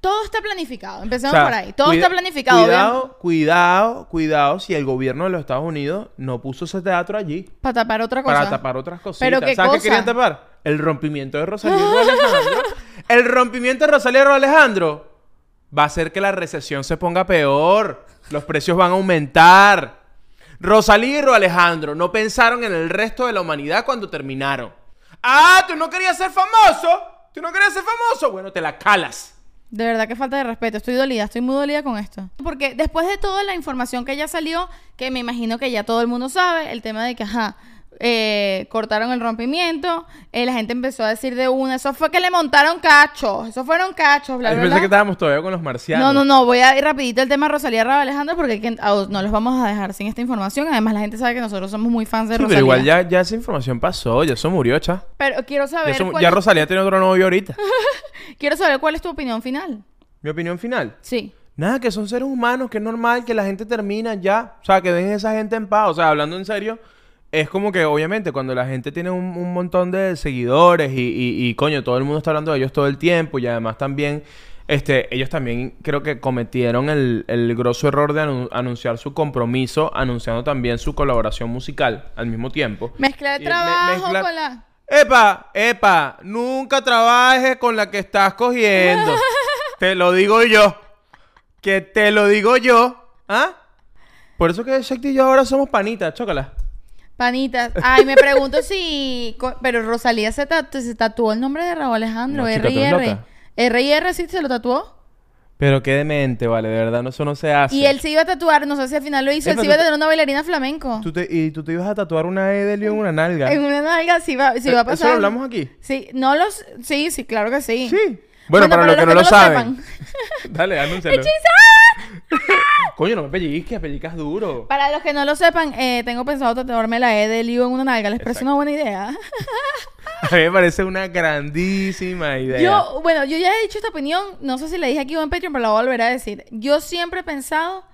Speaker 1: Todo está planificado,
Speaker 2: O
Speaker 1: empecemos
Speaker 2: sea,
Speaker 1: por ahí. Todo
Speaker 2: cuida-
Speaker 1: está planificado.
Speaker 2: Cuidado,
Speaker 1: ¿verdad?
Speaker 2: cuidado, cuidado si el gobierno de los Estados Unidos no puso ese teatro allí
Speaker 1: Para tapar otra cosa.
Speaker 2: para tapar otras cositas.
Speaker 1: ¿Pero qué
Speaker 2: ¿Sabes
Speaker 1: cosa?
Speaker 2: qué querían tapar? El rompimiento de Rosalía y Alejandro. El rompimiento de Rosalía y Alejandro va a hacer que la recesión se ponga peor. Los precios van a aumentar. Rosalía y Alejandro no pensaron en el resto de la humanidad cuando terminaron. Ah, tú no querías ser famoso. Tú no querías ser famoso. Bueno, te la calas.
Speaker 1: De verdad que falta de respeto. Estoy dolida, estoy muy dolida con esto. Porque después de toda la información que ya salió, que me imagino que ya todo el mundo sabe, el tema de que, ajá, eh, cortaron el rompimiento, eh, la gente empezó a decir de una, eso fue que le montaron cachos, eso fueron cachos, bla,
Speaker 2: Yo
Speaker 1: bla,
Speaker 2: pensé
Speaker 1: bla.
Speaker 2: que estábamos todavía con los marcianos.
Speaker 1: No, no, no, voy a ir rapidito el tema de Rosalía Raba Alejandro porque hay que- ah, no los vamos a dejar sin esta información. Además, la gente sabe que nosotros somos muy fans de
Speaker 2: Sí,
Speaker 1: Rosalía.
Speaker 2: pero igual ya, ya esa información pasó, ya eso murió, cha.
Speaker 1: Pero quiero
Speaker 2: Ya,
Speaker 1: saber,
Speaker 2: eso-
Speaker 1: cuál
Speaker 2: ya
Speaker 1: es-
Speaker 2: Rosalía tiene otro novio ahorita.
Speaker 1: quiero saber cuál es tu opinión final.
Speaker 2: Mi opinión final.
Speaker 1: Sí.
Speaker 2: Nada, que son seres humanos, que es normal que la gente termina ya. O sea, que dejen esa gente en paz. O sea, hablando en serio, es como que obviamente cuando la gente tiene un, un montón de seguidores y, y- y, coño, todo el mundo está hablando de ellos todo el tiempo y además también, este, ellos también creo que cometieron el, el grosso error de anu- anunciar su compromiso, anunciando también su colaboración musical al mismo tiempo.
Speaker 1: Mezclar el
Speaker 2: Y me-
Speaker 1: trabajo
Speaker 2: mezclar-
Speaker 1: con la...
Speaker 2: Epa, epa, nunca trabajes con la que estás cogiendo. te lo digo yo. Que te lo digo yo. ¿Ah? Por eso que Shakti y yo ahora somos panitas, chócala.
Speaker 1: Panitas. Ay, me pregunto si. co- Pero Rosalía se, tatu- se tatuó el nombre de Raúl Alejandro.
Speaker 2: No, chica, tú
Speaker 1: R.I.R.
Speaker 2: eres
Speaker 1: R.I.R.
Speaker 2: loca.
Speaker 1: sí se lo tatuó.
Speaker 2: Pero qué demente, vale, de verdad, no, eso no se hace.
Speaker 1: Y él se iba a tatuar, no sé si al final lo hizo,
Speaker 2: Eh,
Speaker 1: él
Speaker 2: pero
Speaker 1: se iba a
Speaker 2: tú te-
Speaker 1: tener una bailarina flamenco.
Speaker 2: Tú te- y tú te ibas a tatuar una E de Leo en una nalga.
Speaker 1: En una nalga sí va, sí
Speaker 2: Eh,
Speaker 1: va a pasar.
Speaker 2: ¿Eso lo hablamos aquí?
Speaker 1: Sí, no los... Sí, sí, claro que sí.
Speaker 2: Sí. Bueno, para los que no lo saben. Dale, anúncialo. Coño, no me pellizques, pellizcas duro.
Speaker 1: Para los que no lo sepan, eh, tengo pensado tatuarme la E de Liu en una nalga. ¿Les parece una buena idea?
Speaker 2: A mí me parece una grandísima idea.
Speaker 1: Yo, bueno, yo ya he dicho esta opinión. No sé si la dije aquí o en Patreon, pero la voy a volver a decir. Yo siempre he pensado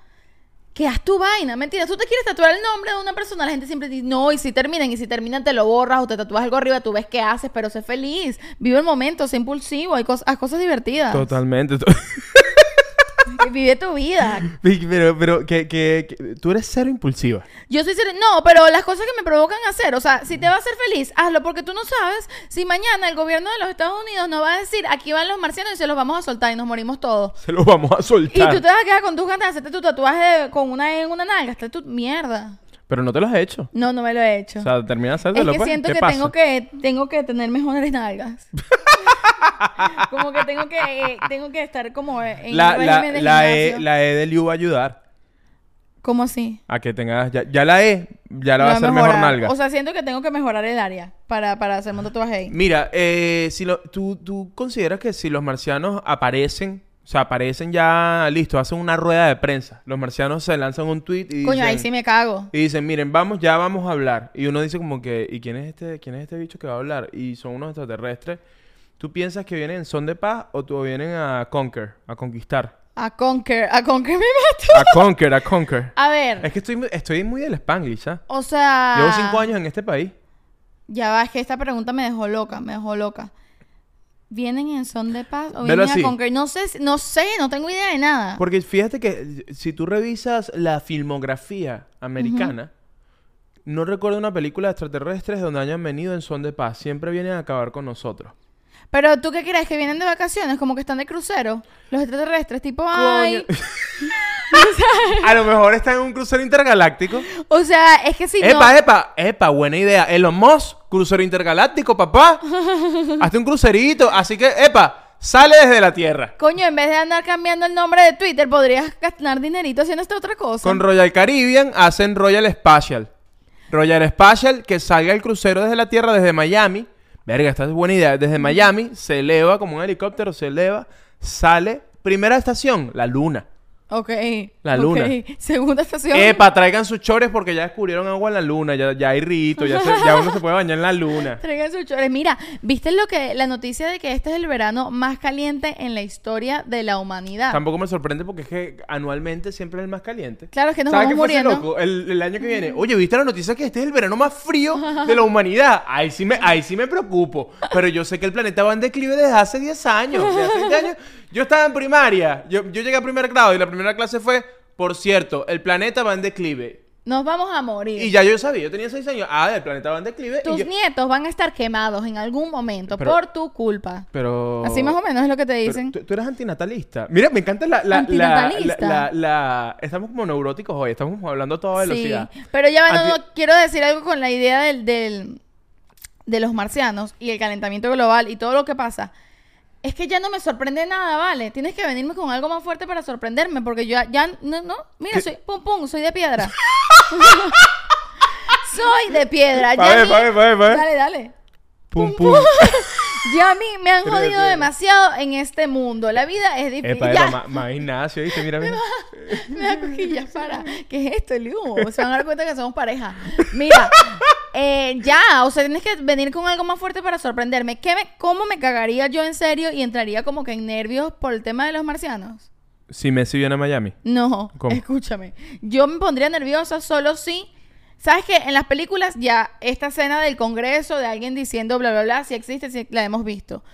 Speaker 1: que haz tu vaina. Mentira, tú te quieres tatuar el nombre de una persona. La gente siempre dice, no, y si terminan, y si terminan te lo borras o te tatúas algo arriba, tú ves qué haces, pero sé feliz. Vive el momento, sé impulsivo, hay cos- haz cosas divertidas.
Speaker 2: Totalmente. to-
Speaker 1: Vive tu vida.
Speaker 2: Vicky, pero, pero que, que- que- tú eres cero impulsiva.
Speaker 1: Yo soy ser- No, pero las cosas que me provocan hacer, o sea, si te va a hacer feliz, hazlo, porque tú no sabes si mañana el gobierno de los Estados Unidos nos va a decir, aquí van los marcianos y se los vamos a soltar y nos morimos todos.
Speaker 2: Se lo vamos a
Speaker 1: Y
Speaker 2: soltar.
Speaker 1: tú te vas a quedar con tus ganas de hacerte tu tatuaje de- con una E en una nalga. Está tu mierda.
Speaker 2: Pero no te lo has hecho.
Speaker 1: No, no me lo he hecho.
Speaker 2: O sea, termina de
Speaker 1: es
Speaker 2: hacértelo,
Speaker 1: que
Speaker 2: pues.
Speaker 1: siento
Speaker 2: ¿Qué
Speaker 1: que
Speaker 2: pasa?
Speaker 1: tengo que tengo que tener mejores nalgas. como que tengo que eh, tengo que estar como eh, en
Speaker 2: La,
Speaker 1: un
Speaker 2: la,
Speaker 1: régimen de
Speaker 2: la, e,
Speaker 1: gimnasio.
Speaker 2: la E de Liu va a ayudar
Speaker 1: ¿Cómo así?
Speaker 2: a que tengas... Ya, ya la E, ya la va a
Speaker 1: Lo voy
Speaker 2: hacer mejor
Speaker 1: mejorar.
Speaker 2: nalga.
Speaker 1: O sea, siento que tengo que mejorar el área para, para hacerme un tatuaje ahí.
Speaker 2: Mira, eh, si lo- tú, tú consideras que si los marcianos aparecen, o sea, aparecen ya listos, hacen una rueda de prensa, los marcianos se lanzan un tweet y
Speaker 1: Coño,
Speaker 2: dicen,
Speaker 1: ahí sí me cago.
Speaker 2: y dicen, miren, vamos, ya vamos a hablar. Y uno dice como que, ¿y quién es este, quién es este bicho que va a hablar? Y son unos extraterrestres. ¿Tú piensas que vienen en son de paz o tú vienen a conquer, a conquistar?
Speaker 1: A Conquer, a Conquer me mató.
Speaker 2: A conquer, a conquer.
Speaker 1: A
Speaker 2: Es
Speaker 1: ver,
Speaker 2: que estoy, muy- estoy muy del Spanglish, ¿ah?
Speaker 1: o sea.
Speaker 2: Llevo cinco años en este país.
Speaker 1: Ya va, es que esta pregunta me dejó loca, me dejó loca. ¿Vienen en son de paz o
Speaker 2: Velo
Speaker 1: vienen
Speaker 2: así.
Speaker 1: a Conquer? No sé, si- no sé, no tengo idea de nada.
Speaker 2: Porque fíjate que eh, si tú revisas la filmografía americana, no recuerdo una película de extraterrestres donde hayan venido en son de paz. Siempre vienen a acabar con nosotros.
Speaker 1: Pero tú qué crees, que vienen de vacaciones, como que están de crucero, los extraterrestres, tipo, ay.
Speaker 2: Coño. a lo mejor están en un crucero intergaláctico.
Speaker 1: O sea, es que si
Speaker 2: epa, eh.
Speaker 1: no.
Speaker 2: epa, epa, buena idea. Elon Musk, crucero intergaláctico, papá. Hazte un crucerito. Así que, epa, sale desde la Tierra.
Speaker 1: Coño, en vez de andar cambiando el nombre de Twitter, podrías ganar dinerito haciendo esta otra cosa.
Speaker 2: Con Royal Caribbean hacen Royal Spatial. Royal Spatial que salga el crucero desde la Tierra, desde Miami. Verga, esta es buena idea. Desde Miami se eleva como un helicóptero, se eleva, sale. Primera estación, la luna.
Speaker 1: Ok.
Speaker 2: La
Speaker 1: ok.
Speaker 2: luna.
Speaker 1: Segunda estación.
Speaker 2: Epa, traigan sus chores porque ya descubrieron agua en la luna. Ya, ya hay rito, ya, se- ya uno se puede bañar en la luna.
Speaker 1: Traigan sus chores. Mira, ¿viste lo que la noticia de que este es el verano más caliente en la historia de la humanidad?
Speaker 2: Tampoco me sorprende porque es que anualmente siempre es el más caliente.
Speaker 1: Claro, es que nos
Speaker 2: ¿Sabes
Speaker 1: vamos
Speaker 2: qué fuese
Speaker 1: muriendo.
Speaker 2: loco? El, el año que viene. Oye, ¿viste la noticia que este es el verano más frío de la humanidad? Ahí sí me, ahí sí me preocupo. Pero yo sé que el planeta va en declive desde hace 10 años. Desde hace 20 años. Yo estaba en primaria. Yo, yo llegué a primer grado y la primera clase fue, por cierto, el planeta va en declive.
Speaker 1: Nos vamos a morir.
Speaker 2: Y ya yo sabía, yo tenía 6 años. Ah, el planeta va en declive. y
Speaker 1: Tus
Speaker 2: yo-
Speaker 1: nietos van a estar quemados en algún momento
Speaker 2: Pero-
Speaker 1: por tu culpa.
Speaker 2: Pero...
Speaker 1: Así más o menos es lo que te
Speaker 2: Pero
Speaker 1: dicen.
Speaker 2: Tú, tú eres antinatalista. Mira, me encanta la... la- la- la-
Speaker 1: Antinatalista.
Speaker 2: la- la- Estamos como neuróticos hoy. Estamos hablando a toda velocidad.
Speaker 1: Sí. Pero ya va, no,
Speaker 2: Anti-
Speaker 1: no, quiero decir algo con la idea del, del- de los marcianos y el calentamiento global y todo lo que pasa. Es que ya no me sorprende nada, ¿vale? Tienes que venirme con algo más fuerte para sorprenderme, porque yo ya, ya- no, no, mira,
Speaker 2: ¿Qué?
Speaker 1: soy pum pum, soy de piedra. soy de piedra.
Speaker 2: Pa'
Speaker 1: ya
Speaker 2: ver,
Speaker 1: ni-
Speaker 2: pa' ver, pa' ver, pa' ver.
Speaker 1: Dale, dale.
Speaker 2: Pum, pum.
Speaker 1: Ya a mí me han
Speaker 2: Pero de
Speaker 1: jodido
Speaker 2: piedra.
Speaker 1: demasiado en este mundo. La vida es difícil.
Speaker 2: Epa,
Speaker 1: Ya.
Speaker 2: epa, ma- más Ignacio, ¿viste? Mira, mira.
Speaker 1: Me da cosquillas para. ¿Qué es esto, Liu? Se van a dar cuenta que somos pareja. Mira, eh, ya, o sea, tienes que venir con algo más fuerte para sorprenderme. ¿Qué me- ¿Cómo me cagaría yo en serio y entraría como que en nervios por el tema de los marcianos?
Speaker 2: Si Messi viene a Miami.
Speaker 1: No,
Speaker 2: ¿Cómo?
Speaker 1: escúchame. Yo me pondría nerviosa solo si. ¿Sabes qué? En las películas ya esta escena del Congreso, de alguien diciendo bla, bla, bla, si existe, si la hemos visto.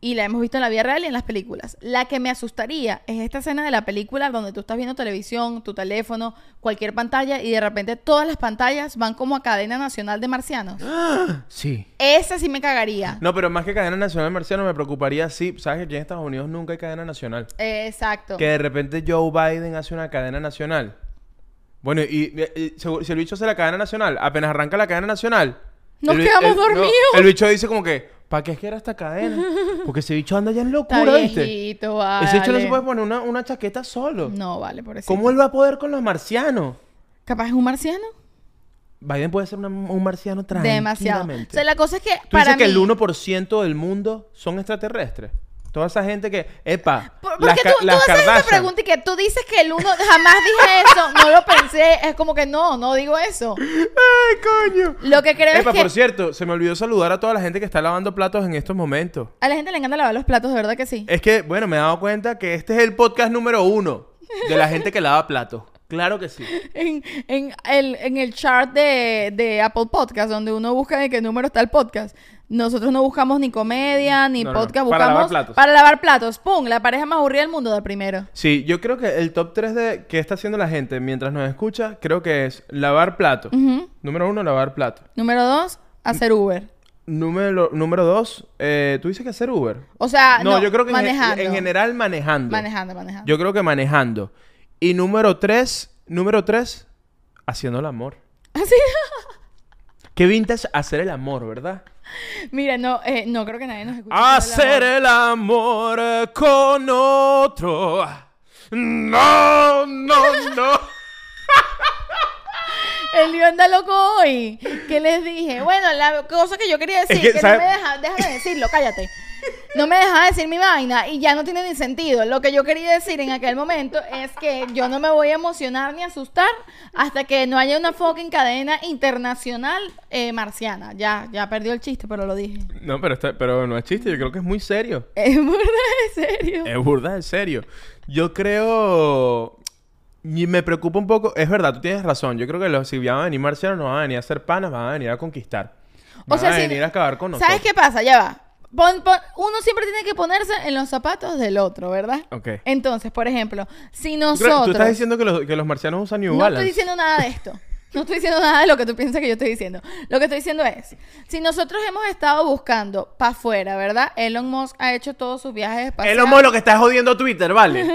Speaker 1: Y la hemos visto en la vida real y en las películas. La que me asustaría es esta escena de la película donde tú estás viendo televisión, tu teléfono, cualquier pantalla y de repente todas las pantallas van como a cadena nacional de marcianos.
Speaker 2: Sí.
Speaker 1: Esa sí me cagaría.
Speaker 2: No, pero más que cadena nacional marciano, me preocuparía si, ¿sabes que aquí en Estados Unidos nunca hay cadena nacional?
Speaker 1: Eh, Exacto.
Speaker 2: Que de repente Joe Biden hace una cadena nacional. Bueno, y, y- y seguro- si el bicho hace la cadena nacional, apenas arranca la cadena nacional.
Speaker 1: Nos
Speaker 2: el bi-
Speaker 1: quedamos
Speaker 2: el- no,
Speaker 1: dormidos.
Speaker 2: el bicho dice como que, ¿Para qué es que era esta cadena? Porque ese bicho anda ya en
Speaker 1: Está
Speaker 2: locura, ¿viste?
Speaker 1: viejito, vale.
Speaker 2: Ese bicho no se puede poner una, una chaqueta solo.
Speaker 1: No, vale, por eso.
Speaker 2: ¿Cómo él va a poder con los marcianos?
Speaker 1: Capaz es un marciano.
Speaker 2: Biden puede ser una- un marciano
Speaker 1: Demasiado.
Speaker 2: tranquilamente.
Speaker 1: O sea, la cosa es que
Speaker 2: Tú
Speaker 1: para
Speaker 2: dices que
Speaker 1: mí-
Speaker 2: el 1% del mundo son extraterrestres. Toda esa gente que, epa,
Speaker 1: ¿Por,
Speaker 2: las,
Speaker 1: porque
Speaker 2: Ka-
Speaker 1: tú, tú
Speaker 2: las
Speaker 1: haces esta
Speaker 2: Kardashian.
Speaker 1: pregunta y que tú dices que el uno jamás dije eso, no lo pensé, es como que no, no digo eso.
Speaker 2: ¡Ay, coño!
Speaker 1: Lo que creo
Speaker 2: Epa,
Speaker 1: es que
Speaker 2: por cierto, se me olvidó saludar a toda la gente que está lavando platos en estos momentos.
Speaker 1: a la gente le encanta lavar los platos, de verdad que sí.
Speaker 2: Es que, bueno, me he dado cuenta que este es el podcast número uno de la gente que lava platos. Claro que sí.
Speaker 1: En, en el, en el chart de, de Apple Podcast, donde uno busca de qué número está el podcast, nosotros no buscamos ni comedia, ni
Speaker 2: No, no,
Speaker 1: podcast,
Speaker 2: para lavar
Speaker 1: buscamos
Speaker 2: platos.
Speaker 1: para lavar platos. ¡Pum! La pareja más aburrida del mundo del primero.
Speaker 2: Sí, yo creo que el top 3 de que está haciendo la gente mientras nos escucha, creo que es lavar plato.
Speaker 1: Ujú.
Speaker 2: Número uno, lavar plato.
Speaker 1: Número dos, hacer Uber.
Speaker 2: Número, número dos, eh, tú dices que hacer Uber.
Speaker 1: O sea,
Speaker 2: no,
Speaker 1: Ah, no,
Speaker 2: yo creo que en ge-
Speaker 1: manejando.
Speaker 2: En, general manejando.
Speaker 1: Manejando, manejando.
Speaker 2: Yo creo que manejando. Y número tres, número tres, haciendo el amor.
Speaker 1: Así.
Speaker 2: Qué vintage hacer el amor, ¿verdad?
Speaker 1: Mira, no, eh, no creo que nadie nos escuche.
Speaker 2: Ah, Hacer el amor con otro. No, no, no.
Speaker 1: El lío anda loco hoy. ¿Qué les dije? Bueno, la cosa que yo quería decir,
Speaker 2: que,
Speaker 1: que,
Speaker 2: ¿sabe?
Speaker 1: no me deja, deja de decirlo, cállate. No me deja decir mi vaina y ya no tiene ni sentido. Lo que yo quería decir en aquel momento es que yo no me voy a emocionar ni asustar hasta que no haya una fucking cadena internacional eh, marciana. Ya, ya perdió el chiste, pero lo dije.
Speaker 2: No, pero, está- pero no es chiste, yo creo que es muy serio.
Speaker 1: Es verdad, en serio.
Speaker 2: Es burda, en serio. Yo creo. Y me preocupa un poco. Es verdad, tú tienes razón. Yo creo que los, si van a venir marcianos, no van a venir a ser panas, van a venir a conquistar. Van a
Speaker 1: si-
Speaker 2: venir a acabar con nosotros.
Speaker 1: ¿Sabes qué pasa? Ya va. Pon- pon- uno siempre tiene que ponerse en los zapatos del otro, ¿verdad?
Speaker 2: Ok.
Speaker 1: Entonces, por ejemplo, si
Speaker 2: Tú crees-
Speaker 1: nosotros...
Speaker 2: Tú estás diciendo que los, que los marcianos usan New
Speaker 1: no
Speaker 2: Balance.
Speaker 1: estoy diciendo nada de esto. No estoy diciendo nada de lo que tú piensas que yo estoy diciendo. Lo que estoy diciendo es, si nosotros hemos estado buscando para afuera, ¿verdad? Elon Musk ha hecho todos sus viajes espaciales.
Speaker 2: Elon Musk lo que está jodiendo Twitter, ¿vale?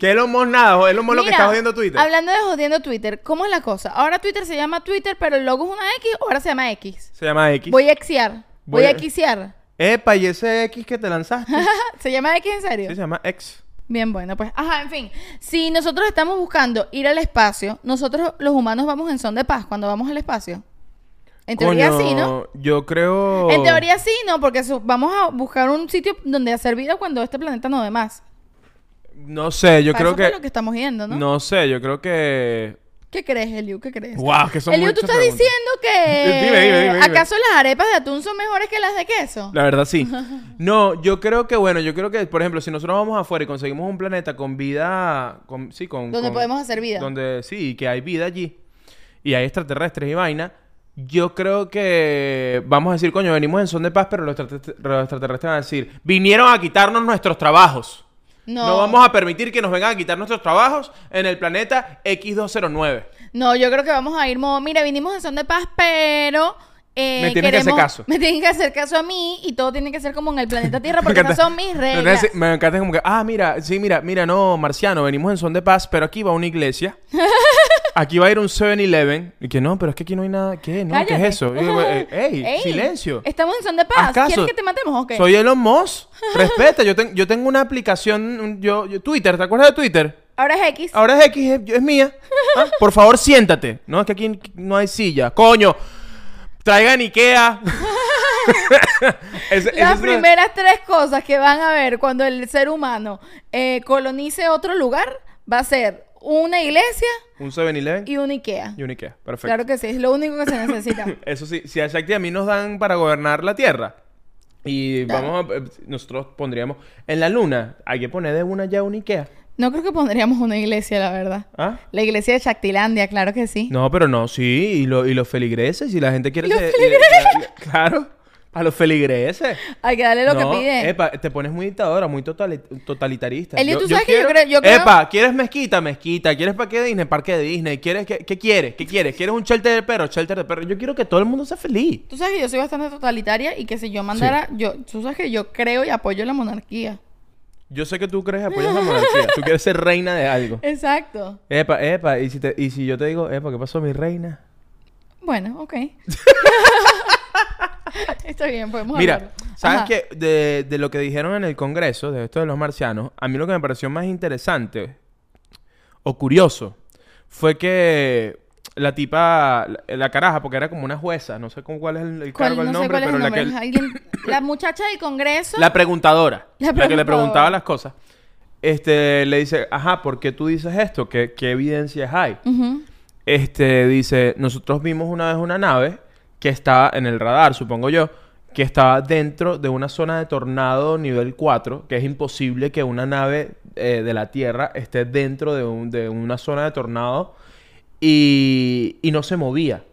Speaker 2: que Elon Musk nada, Elon Musk lo que
Speaker 1: Mira,
Speaker 2: está jodiendo Twitter.
Speaker 1: Hablando de jodiendo Twitter, ¿cómo es la cosa? Ahora Twitter se llama Twitter, pero el logo es una X, ahora se llama X.
Speaker 2: Se llama X.
Speaker 1: Voy a Xear. Voy,
Speaker 2: Voy
Speaker 1: a
Speaker 2: a-
Speaker 1: Xear.
Speaker 2: Epa, y ese X que te lanzaste.
Speaker 1: Ah, ¿Se llama X en serio?
Speaker 2: Sí, se llama X.
Speaker 1: Bien, bueno, pues, ajá, en fin, si nosotros estamos buscando ir al espacio, nosotros los humanos vamos en son de paz cuando vamos al espacio. En teoría
Speaker 2: Coño,
Speaker 1: sí, ¿no?
Speaker 2: Yo creo.
Speaker 1: En teoría sí, ¿no? Porque su- vamos a buscar un sitio donde hacer vida cuando este planeta no dé más.
Speaker 2: No sé, yo
Speaker 1: Para
Speaker 2: creo
Speaker 1: eso fue
Speaker 2: que.
Speaker 1: lo que estamos viendo, ¿no?
Speaker 2: ¿no? sé, yo creo que.
Speaker 1: ¿Qué crees, Eliu? ¿Qué crees?
Speaker 2: Guau, que son
Speaker 1: Eliu, tú
Speaker 2: muchas
Speaker 1: estás
Speaker 2: preguntas.
Speaker 1: diciendo que...
Speaker 2: Dime, dime, dime, dime.
Speaker 1: ¿Acaso las arepas de atún son mejores que las de queso?
Speaker 2: La verdad sí. No, yo creo que, bueno, yo creo que, por ejemplo, si nosotros vamos afuera y conseguimos un planeta con vida. Con, sí, con.
Speaker 1: Donde
Speaker 2: con-
Speaker 1: podemos hacer vida.
Speaker 2: Donde sí, y que hay vida allí. Y hay extraterrestres y vaina. Yo creo que vamos a decir, coño, venimos en son de paz, pero los, extraterrestres- los extraterrestres van a decir, vinieron a quitarnos nuestros trabajos.
Speaker 1: No,
Speaker 2: No vamos a permitir que nos vengan a quitar nuestros trabajos en el planeta X209.
Speaker 1: No, yo creo que vamos a ir modo, mira, vinimos en son de paz, pero eh,
Speaker 2: Me tienen que hacer
Speaker 1: queremos-
Speaker 2: caso.
Speaker 1: Me tienen que hacer caso a mí y todo tiene que ser como en el planeta Tierra porque esas son mis
Speaker 2: Me
Speaker 1: reglas.
Speaker 2: encanta- Me encanta como que, ah, mira, sí, mira, mira, no, marciano, venimos en son de paz, pero aquí va una iglesia. Aquí va a ir un 7-Eleven. Y que no, pero es que aquí no hay nada. ¿Qué? No, ¿Qué
Speaker 1: Cállate.
Speaker 2: es eso? Y yo, eh, ¡Ey!
Speaker 1: Ey,
Speaker 2: ¡Silencio!
Speaker 1: Estamos en son de
Speaker 2: Haz
Speaker 1: paz.
Speaker 2: caso.
Speaker 1: ¿Quieres que te matemos o qué?
Speaker 2: Soy Elon Musk. Respeta, yo, ten- yo tengo una aplicación, un- yo, yo- Twitter, ¿te acuerdas de Twitter?
Speaker 1: Ahora es X.
Speaker 2: Ahora es X, eh, es, yo- es mía. Ah, Por favor, siéntate. No, es que aquí no hay silla. ¡Coño! Traigan Ikea. Ese- ese es
Speaker 1: Las
Speaker 2: una-
Speaker 1: primeras tres cosas que van a ver cuando el ser humano eh, colonice otro lugar va a ser una iglesia
Speaker 2: Un 7-Eleven
Speaker 1: y una Ikea.
Speaker 2: y un Ikea. Perfecto.
Speaker 1: Claro que sí, es lo único que se necesita.
Speaker 2: Eso sí, si a Shakti y a mí nos dan para gobernar la Tierra y
Speaker 1: Claro.
Speaker 2: vamos a, eh, nosotros pondríamos en la Luna, hay que poner de una ya un Ikea.
Speaker 1: No creo que pondríamos una iglesia, la verdad.
Speaker 2: ¿Ah?
Speaker 1: La iglesia de Shaktilandia, claro que sí.
Speaker 2: No, pero no, sí, y, lo- y los feligreses, si la gente quiere...
Speaker 1: ¿Los
Speaker 2: se- le- le- le- claro, a los feligreses.
Speaker 1: Hay que darle lo
Speaker 2: No,
Speaker 1: que pide.
Speaker 2: Epa, te pones muy dictadora, muy totali- totalitarista.
Speaker 1: Elio, tú sabes que yo creo- yo creo-
Speaker 2: Epa, ¿quieres mezquita? Mezquita. ¿Quieres parque de Disney? Parque de Disney. ¿Quieres qué, qué quieres? ¿Qué quieres? ¿Quieres un shelter de perro? Shelter de perro. Yo quiero que todo el mundo sea feliz.
Speaker 1: Tú sabes que yo soy bastante totalitaria y que si yo mandara, yo, tú sabes que yo creo y apoyo la monarquía.
Speaker 2: Yo sé que tú crees que apoyas la monarquía. tú quieres ser reina de algo.
Speaker 1: Exacto.
Speaker 2: Epa, epa, y si, te- y si yo te digo, epa, ¿qué pasó, mi reina?
Speaker 1: Bueno, ok. Está bien, podemos
Speaker 2: Mira,
Speaker 1: hablarlo.
Speaker 2: ¿sabes
Speaker 1: Ajá.
Speaker 2: qué? De, de lo que dijeron en el Congreso, de esto de los marcianos, a mí lo que me pareció más interesante o curioso fue que la tipa, la, la caraja, porque era como una jueza, no sé cómo, cuál es el, el
Speaker 1: ¿Cuál-
Speaker 2: cargo, el
Speaker 1: no sé
Speaker 2: nombre,
Speaker 1: cuál es
Speaker 2: pero
Speaker 1: el
Speaker 2: la,
Speaker 1: nombre.
Speaker 2: que,
Speaker 1: Alguien- la muchacha del Congreso.
Speaker 2: la preguntadora,
Speaker 1: La
Speaker 2: la, que le
Speaker 1: preguntadora.
Speaker 2: preguntaba las cosas, este, le dice, ajá, ¿por qué tú dices esto? ¿Qué, qué evidencias hay?
Speaker 1: Ujú.
Speaker 2: Este dice, nosotros vimos una vez una nave que estaba en el radar, supongo yo, que estaba dentro de una zona de tornado nivel 4, que es imposible que una nave eh, de la Tierra esté dentro de, un- de una zona de tornado y, y no se movía.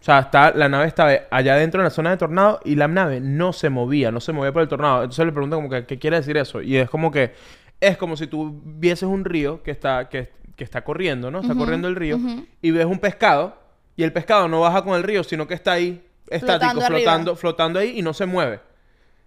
Speaker 2: O sea, está, la nave estaba allá dentro de la zona de tornado y la nave no se movía, no se movía por el tornado. Entonces le preguntan como que, ¿qué quiere decir eso? Y es como que, es como si tú vieses un río que está, que, que está corriendo, ¿no? Está
Speaker 1: Ujú,
Speaker 2: corriendo el río
Speaker 1: ujú.
Speaker 2: y ves un pescado y el pescado no baja con el río, sino que está ahí estático,
Speaker 1: Flotando arriba.
Speaker 2: flotando, flotando ahí y no se mueve.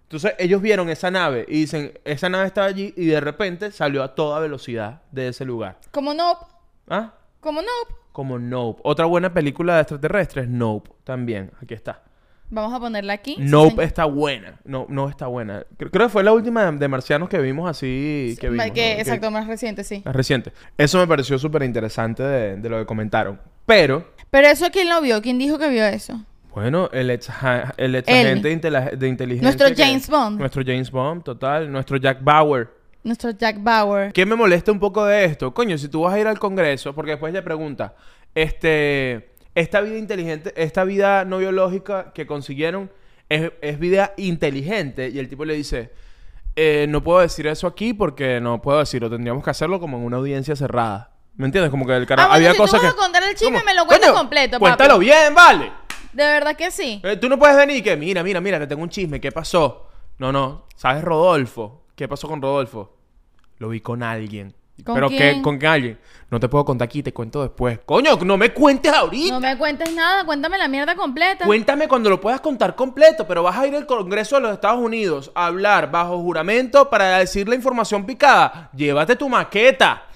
Speaker 2: Entonces ellos vieron esa nave y dicen, esa nave estaba allí y de repente salió a toda velocidad de ese lugar.
Speaker 1: Como Nope.
Speaker 2: ¿Ah?
Speaker 1: Como Nope.
Speaker 2: Como Nope. Otra buena película de extraterrestres, Nope, también. Aquí está.
Speaker 1: Vamos a ponerla aquí. Sí,
Speaker 2: Nope
Speaker 1: señor.
Speaker 2: está buena. No, no está buena. Cre- Creo que fue la última de, de marcianos que vimos así. Que vimos,
Speaker 1: Ma- que-
Speaker 2: ¿no? Que- Ah.
Speaker 1: Exacto, más reciente, sí.
Speaker 2: la reciente. Eso me pareció súper interesante de, de lo que comentaron. Pero,
Speaker 1: Pero eso, ¿quién lo vio? ¿Quién dijo que vio eso?
Speaker 2: bueno, el ex, ja- el ex
Speaker 1: Él.
Speaker 2: agente de, intela- de inteligencia.
Speaker 1: Nuestro
Speaker 2: que-
Speaker 1: James Bond.
Speaker 2: Nuestro James Bond, total. Nuestro Jack Bauer.
Speaker 1: Nuestro Jack Bauer.
Speaker 2: ¿Qué me molesta un poco de esto? Coño, si tú vas a ir al Congreso, porque después le pregunta, este, esta vida inteligente, esta vida no biológica que consiguieron es, es vida inteligente. Y el tipo le dice, eh, no puedo decir eso aquí porque no puedo decirlo, tendríamos que hacerlo como en una audiencia cerrada. ¿Me entiendes? Como que el
Speaker 1: Ah,
Speaker 2: carajo...
Speaker 1: bueno,
Speaker 2: había
Speaker 1: si tú
Speaker 2: cosas
Speaker 1: vas
Speaker 2: que...
Speaker 1: a contar el chisme,
Speaker 2: ¿Cómo?
Speaker 1: me lo cuentas
Speaker 2: Coño,
Speaker 1: completo, papi.
Speaker 2: Cuéntalo bien, vale.
Speaker 1: De verdad que sí.
Speaker 2: Eh, tú no puedes venir y que, mira, mira, mira, te tengo un chisme, ¿qué pasó? No, no, ¿sabes Rodolfo? ¿Qué pasó con Rodolfo? Lo vi con alguien.
Speaker 1: ¿Con
Speaker 2: ¿Pero
Speaker 1: quién?
Speaker 2: qué? ¿Con qué alguien? No te puedo contar aquí, te cuento después. Coño, no me cuentes ahorita.
Speaker 1: No me cuentes nada, cuéntame la mierda completa.
Speaker 2: Cuéntame cuando lo puedas contar completo, pero vas a ir al Congreso de los Estados Unidos a hablar bajo juramento para decir la información picada. Llévate tu maqueta,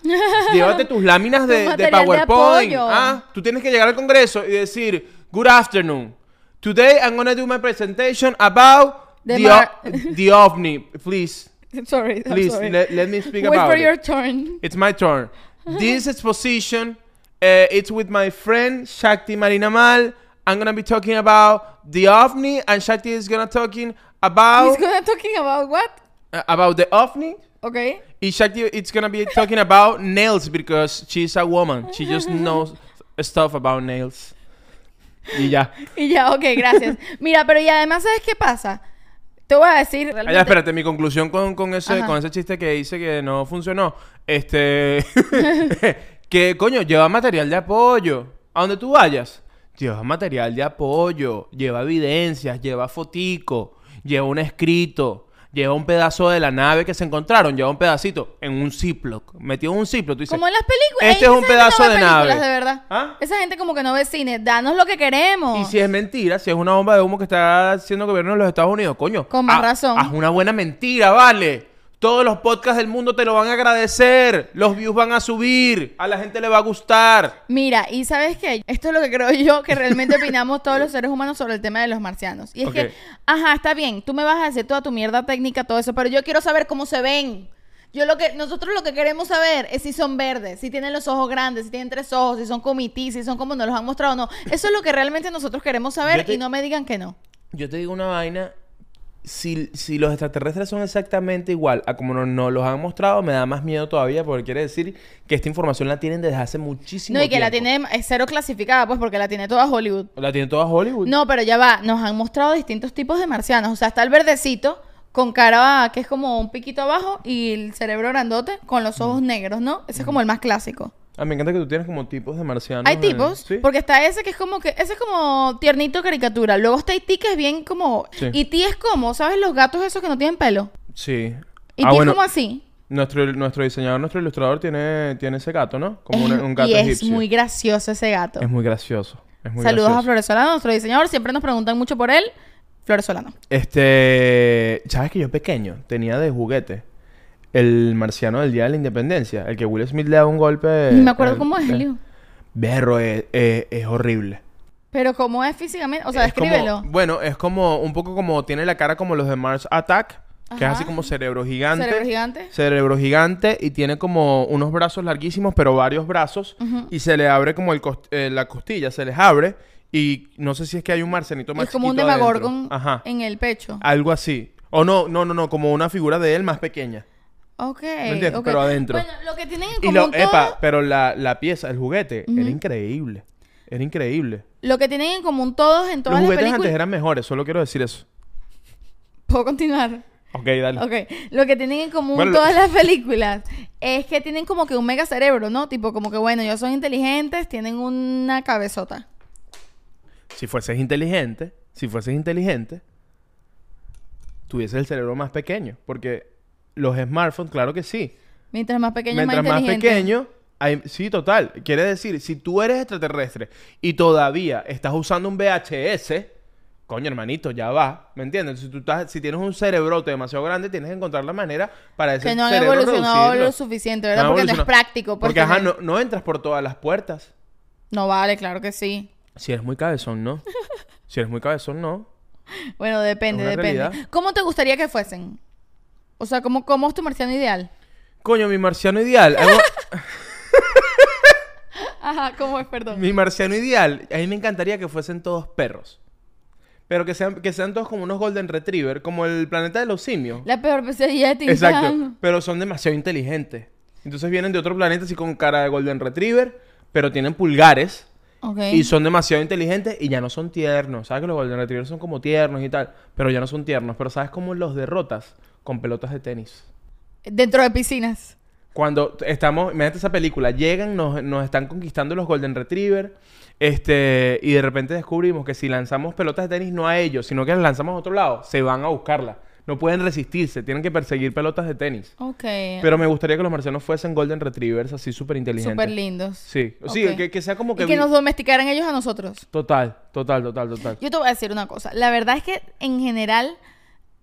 Speaker 2: llévate tus láminas
Speaker 1: Tu
Speaker 2: de, de
Speaker 1: material de
Speaker 2: PowerPoint.
Speaker 1: apoyo.
Speaker 2: ah. Tú tienes que llegar al Congreso y decir, Good afternoon. Today I'm gonna do my presentation about
Speaker 1: The
Speaker 2: the,
Speaker 1: mar-
Speaker 2: o- the OVNI. Please,
Speaker 1: sorry, I'm
Speaker 2: please,
Speaker 1: sorry.
Speaker 2: let, let me speak
Speaker 1: Wait
Speaker 2: about
Speaker 1: for
Speaker 2: it.
Speaker 1: your turn.
Speaker 2: It's my turn. This exposition, uh, it's with my friend Shakti Marinamal. I'm gonna be talking about the OVNI, and Shakti is gonna talking
Speaker 1: He's
Speaker 2: about
Speaker 1: gonna talking about what?
Speaker 2: uh, about the OVNI.
Speaker 1: Okay.
Speaker 2: And Shakti, it's gonna be talking about nails because she's a woman. She just knows stuff about nails. Y ya.
Speaker 1: Y ya, ok, gracias. Mira, pero y además, ¿sabes qué pasa? Te voy a decir.
Speaker 2: Ah,
Speaker 1: realmente-
Speaker 2: ya, espérate, mi conclusión con, con ese,
Speaker 1: Ajá.
Speaker 2: con ese chiste que hice que no funcionó. Este. que coño, lleva material de apoyo. A donde tú vayas, lleva material de apoyo, lleva evidencias, lleva fotico, lleva un escrito, lleva un pedazo de la nave que se encontraron, lleva un pedacito en un Ziploc. Metido en un Ziploc, tú dices.
Speaker 1: Como en las películas.
Speaker 2: Este
Speaker 1: Ey,
Speaker 2: es un
Speaker 1: esa gente no
Speaker 2: pedazo
Speaker 1: ve
Speaker 2: de
Speaker 1: películas,
Speaker 2: nave.
Speaker 1: De verdad.
Speaker 2: ¿Ah?
Speaker 1: Esa gente como que no ve cine. Danos lo que queremos.
Speaker 2: Y si es mentira, si es una bomba de humo que está haciendo el gobierno de los Estados Unidos, coño.
Speaker 1: Con más
Speaker 2: haz-
Speaker 1: razón.
Speaker 2: Haz una buena mentira, vale. Todos los podcasts del mundo te lo van a agradecer. Los views van a subir. A la gente le va a gustar.
Speaker 1: Mira, y sabes qué, esto es lo que creo yo que realmente opinamos todos los seres humanos sobre el tema de los marcianos. Y es
Speaker 2: Ok.
Speaker 1: que, ajá, está bien, tú me vas a decir toda tu mierda técnica, todo eso, pero yo quiero saber cómo se ven. Yo lo que, nosotros lo que queremos saber es si son verdes, si tienen los ojos grandes, si tienen tres ojos, si son comití, si son como nos los han mostrado o no. Eso es lo que realmente nosotros queremos saber
Speaker 2: Yo te-
Speaker 1: y no me digan que no.
Speaker 2: Yo te digo una vaina. Si, si los extraterrestres son exactamente igual a como nos no los han mostrado, me da más miedo todavía porque quiere decir que esta información la tienen desde hace muchísimo
Speaker 1: No, y que la
Speaker 2: tiempo.
Speaker 1: tiene es cero clasificada, pues, porque la tiene toda Hollywood.
Speaker 2: La tiene toda Hollywood.
Speaker 1: No, pero ya va, nos han mostrado distintos tipos de marcianos. O sea, está el verdecito con cara que es como un piquito abajo y el cerebro grandote con los
Speaker 2: Mm.
Speaker 1: ojos negros, ¿no? Ese es como el más clásico.
Speaker 2: Ah, me encanta que tú tienes como tipos de marcianos.
Speaker 1: Hay
Speaker 2: en-
Speaker 1: tipos,
Speaker 2: Ah, ¿Sí?
Speaker 1: porque está ese que es como que ese es como tiernito caricatura. Luego está Iti que es bien como
Speaker 2: Sí.
Speaker 1: Iti es como, ¿sabes los gatos esos que no tienen pelo?
Speaker 2: Sí.
Speaker 1: Iti
Speaker 2: Ah, bueno.
Speaker 1: es como así.
Speaker 2: Nuestro, nuestro diseñador, nuestro ilustrador tiene, tiene ese gato, ¿no? Como un,
Speaker 1: Es-
Speaker 2: un gato
Speaker 1: y
Speaker 2: egipcio.
Speaker 1: es muy gracioso ese gato.
Speaker 2: Es muy gracioso. Es muy
Speaker 1: Saludos a
Speaker 2: gracioso.
Speaker 1: Floresolano, nuestro diseñador, siempre nos preguntan mucho por él. Floresolano.
Speaker 2: Este. ¿Sabes que yo pequeño tenía de juguete el marciano del día de la independencia? El que Will Smith le da un golpe.
Speaker 1: Ni me acuerdo
Speaker 2: eh,
Speaker 1: cómo es,
Speaker 2: eh,
Speaker 1: Eliu.
Speaker 2: Berro, eh, eh, es horrible.
Speaker 1: Pero ¿cómo es físicamente? O sea,
Speaker 2: Es como-
Speaker 1: descríbelo.
Speaker 2: bueno, es como un poco como tiene la cara como los de Mars Attack, que es
Speaker 1: Ajá.
Speaker 2: así como cerebro gigante.
Speaker 1: ¿Cerebro gigante?
Speaker 2: Cerebro gigante y tiene como unos brazos larguísimos, pero varios brazos.
Speaker 1: Ujú.
Speaker 2: Y se le abre como el cost- eh, la costilla, se les abre. Y no sé si es que hay un marcenito más
Speaker 1: Es como un
Speaker 2: chiquito adentro.
Speaker 1: demagorgon
Speaker 2: Ajá. Ah,
Speaker 1: en el pecho.
Speaker 2: Algo así. O no, no, no, no, como una figura de él más pequeña.
Speaker 1: Ok.
Speaker 2: entiendes?
Speaker 1: ok.
Speaker 2: Pero adentro.
Speaker 1: Bueno, lo que tienen en
Speaker 2: Y
Speaker 1: común
Speaker 2: lo,
Speaker 1: todas-
Speaker 2: epa, pero la, la pieza, el juguete, era increíble. Era increíble.
Speaker 1: Lo que tienen en común todos en
Speaker 2: Los
Speaker 1: todas las
Speaker 2: juguetes
Speaker 1: películas.
Speaker 2: antes eran mejores, solo quiero decir eso.
Speaker 1: Puedo continuar.
Speaker 2: Ok, dale.
Speaker 1: Ok, lo que tienen en común
Speaker 2: Bueno, lo-
Speaker 1: todas las películas es que tienen como que un mega cerebro, ¿no? Tipo, como que bueno, ellos son inteligentes, tienen una cabezota.
Speaker 2: Si fueses inteligente, si fueses inteligente, tuvieses el cerebro más pequeño. Porque los smartphones, claro que sí.
Speaker 1: Mientras más pequeño,
Speaker 2: Mientras
Speaker 1: más
Speaker 2: más
Speaker 1: inteligente.
Speaker 2: pequeño, hay- sí, total. Quiere decir, si tú eres extraterrestre y todavía estás usando un VHS, coño, hermanito, ya va. ¿Me entiendes? Si, tú estás, si tienes un cerebrote demasiado grande, tienes que encontrar la manera para ese
Speaker 1: Que no han
Speaker 2: cerebro
Speaker 1: evolucionado
Speaker 2: reducirlo.
Speaker 1: lo suficiente,
Speaker 2: No
Speaker 1: ¿verdad?
Speaker 2: han
Speaker 1: porque no es
Speaker 2: evolucionado.
Speaker 1: práctico. pues,
Speaker 2: Porque, ajá,
Speaker 1: no...
Speaker 2: no, no entras por todas las puertas.
Speaker 1: no vale, claro que sí.
Speaker 2: Si eres muy cabezón, no. Si eres muy cabezón, no.
Speaker 1: Bueno, depende,
Speaker 2: Es una
Speaker 1: depende.
Speaker 2: realidad.
Speaker 1: ¿Cómo te gustaría que fuesen? O sea, ¿cómo, cómo es tu marciano ideal?
Speaker 2: Coño, mi marciano ideal. algo-
Speaker 1: Ajá, ¿cómo es? Perdón.
Speaker 2: Mi marciano ideal, a mí me encantaría que fuesen todos perros. Pero que sean, que sean todos como unos Golden Retriever, como el planeta de los simios.
Speaker 1: La peor pesadilla de Tim
Speaker 2: Exacto.
Speaker 1: Burton.
Speaker 2: Pero son demasiado inteligentes. Entonces vienen de otro planeta así con cara de Golden Retriever, pero tienen pulgares
Speaker 1: Ok.
Speaker 2: y son demasiado inteligentes y ya no son tiernos. ¿Sabes que los Golden Retrievers son como tiernos y tal? Pero ya no son tiernos. Pero ¿sabes cómo los derrotas? Con pelotas de tenis.
Speaker 1: Dentro de piscinas.
Speaker 2: Cuando t- estamos, imagínate esa película, llegan, nos, nos están conquistando los Golden Retriever, este, y de repente descubrimos que si lanzamos pelotas de tenis no a ellos, sino que las lanzamos a otro lado, se van a buscarla. No pueden resistirse, tienen que perseguir pelotas de tenis.
Speaker 1: Ok.
Speaker 2: Pero me gustaría que los marcianos fuesen Golden Retrievers, así súper inteligentes.
Speaker 1: Súper lindos.
Speaker 2: Sí, sí,
Speaker 1: Ok.
Speaker 2: que, que sea como que...
Speaker 1: Y que
Speaker 2: vi-
Speaker 1: nos domesticaran ellos a nosotros.
Speaker 2: Total, total, total, total.
Speaker 1: Yo te voy a decir una cosa. La verdad es que en general,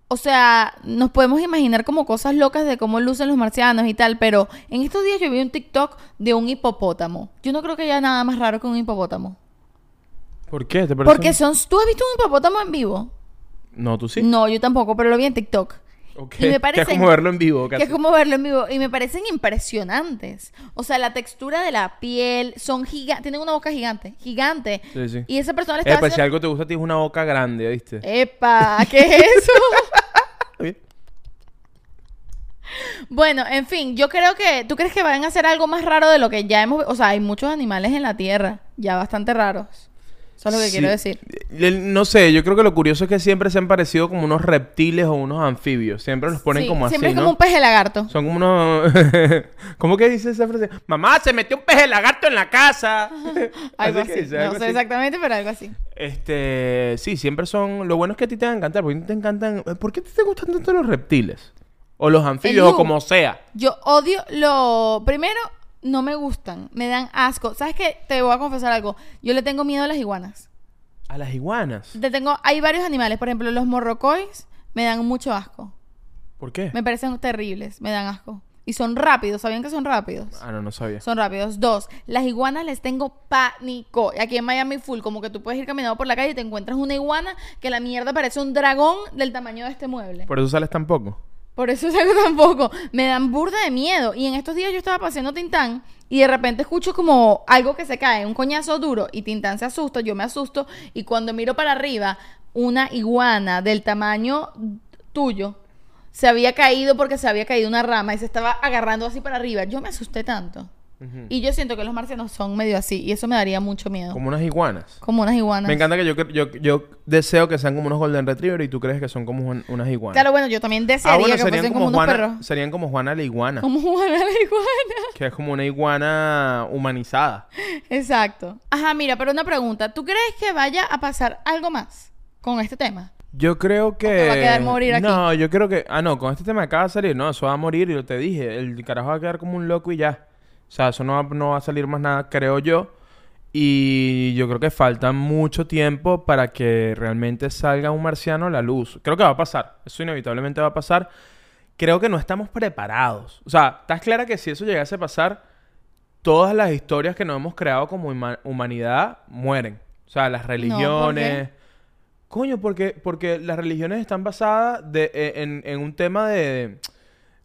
Speaker 1: o sea, nos podemos imaginar como cosas locas de cómo lucen los marcianos y tal, pero en estos días yo vi un TikTok de un hipopótamo. Yo no creo que haya nada más raro que un hipopótamo.
Speaker 2: ¿Por qué? ¿Te parece-
Speaker 1: Porque son... ¿Tú has visto un hipopótamo en vivo?
Speaker 2: No, tú sí.
Speaker 1: No, yo tampoco, pero lo vi en TikTok.
Speaker 2: Ok,
Speaker 1: y me
Speaker 2: que
Speaker 1: parecen-
Speaker 2: es como verlo en vivo,
Speaker 1: Que
Speaker 2: casi.
Speaker 1: es como verlo en vivo. Y me parecen impresionantes. O sea, la textura de la piel, son gigantes, tienen una boca gigante, gigante.
Speaker 2: Sí, sí.
Speaker 1: Y esa persona le
Speaker 2: Eh,
Speaker 1: estaba Eh,
Speaker 2: pues si
Speaker 1: haciendo...
Speaker 2: algo te gusta a ti es una boca grande, ¿viste?
Speaker 1: ¡Epa! ¿Qué es eso? Bueno, en fin, yo creo que. ¿Tú crees que van a hacer algo más raro de lo que ya hemos.? O sea, hay muchos animales en la Tierra, ya bastante raros. Eso es lo que
Speaker 2: Sí.
Speaker 1: quiero decir.
Speaker 2: Eh, No sé, yo creo que lo curioso es que siempre se han parecido como unos reptiles o unos anfibios. Siempre los ponen
Speaker 1: Sí,
Speaker 2: como así,
Speaker 1: Siempre es
Speaker 2: ¿no?
Speaker 1: como un peje lagarto.
Speaker 2: Son como unos... ¿Cómo que dice esa frase? Mamá, se metió un peje lagarto en la casa.
Speaker 1: Algo
Speaker 2: Así que
Speaker 1: así.
Speaker 2: dice,
Speaker 1: No
Speaker 2: algo
Speaker 1: sé
Speaker 2: así.
Speaker 1: exactamente, pero algo así.
Speaker 2: Este, sí, siempre son... Lo bueno es que a ti te van a encantar, porque a ti te encantan... ¿Por qué a ti te gustan tanto los reptiles? O los anfibios,
Speaker 1: look.
Speaker 2: o como sea.
Speaker 1: Yo odio lo. Primero, no me gustan. Me dan asco. ¿Sabes qué? Te voy a confesar algo. Yo le tengo miedo a las iguanas.
Speaker 2: A las iguanas.
Speaker 1: Le tengo. Hay varios animales. Por ejemplo, los morrocois me dan mucho asco.
Speaker 2: ¿Por qué?
Speaker 1: Me parecen terribles. Me dan asco. Y son rápidos. ¿Sabían que son rápidos?
Speaker 2: Ah, no, no sabía.
Speaker 1: Son rápidos. Dos, las iguanas les tengo pánico. Aquí en Miami full, como que tú puedes ir caminando por la calle y te encuentras una iguana que la mierda parece un dragón del tamaño de este mueble. Por,
Speaker 2: Por eso sales tan poco.
Speaker 1: eso es algo tampoco. Me dan burda de miedo. Y en estos días yo estaba paseando Tintán y de repente escucho como algo que se cae, un coñazo duro y Tintán se asusta, yo me asusto y cuando miro para arriba, una iguana del tamaño tuyo. Se había caído porque se había caído una rama y se estaba agarrando así para arriba. Yo me asusté tanto.
Speaker 2: Mm.
Speaker 1: Y yo siento que los marcianos son medio así y eso me daría mucho miedo. Como,
Speaker 2: Como unas iguanas.
Speaker 1: unas iguanas.
Speaker 2: Me encanta que yo, cre- yo, yo deseo que sean como unos Golden Retriever y tú crees que son como un- unas iguanas.
Speaker 1: Claro, bueno, yo también desearía
Speaker 2: ah, bueno,
Speaker 1: que fuesen
Speaker 2: serían como,
Speaker 1: como, unos
Speaker 2: Juana,
Speaker 1: perros.
Speaker 2: serían como Juana la iguana,
Speaker 1: Como Juana la iguana.
Speaker 2: que es como una iguana humanizada.
Speaker 1: Exacto. Ajá, mira, pero una pregunta. ¿Tú crees que vaya a pasar algo más con este tema?
Speaker 2: Yo creo que
Speaker 1: va a quedar morir aquí.
Speaker 2: No, yo creo que ah no, con este tema acaba de salir, no, eso va a morir y lo te dije, el carajo va a quedar como un loco y ya. O sea, eso no va, no va a salir más nada, creo yo. Y yo creo que falta mucho tiempo para que realmente salga un marciano a la luz. Creo que va a pasar, eso inevitablemente va a pasar. creo que no estamos preparados. O sea, ¿estás clara que si eso llegase a pasar, todas las historias que nos hemos creado como huma- humanidad mueren? O sea, las religiones. Coño, porque, porque las religiones están basadas de- eh, en, en un tema de,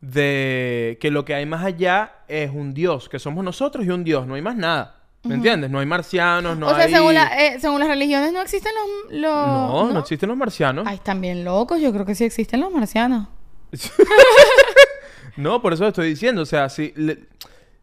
Speaker 2: de que lo que hay más allá es un Dios, que somos nosotros y un Dios, no hay más nada. ¿Me entiendes? No hay marcianos, no
Speaker 1: o sea,
Speaker 2: hay...
Speaker 1: según, la- eh, según las religiones no existen los... los-
Speaker 2: No, no, existen los marcianos.
Speaker 1: Ay, están bien locos. Yo creo que sí existen los marcianos.
Speaker 2: No, por eso estoy diciendo. O sea, si le-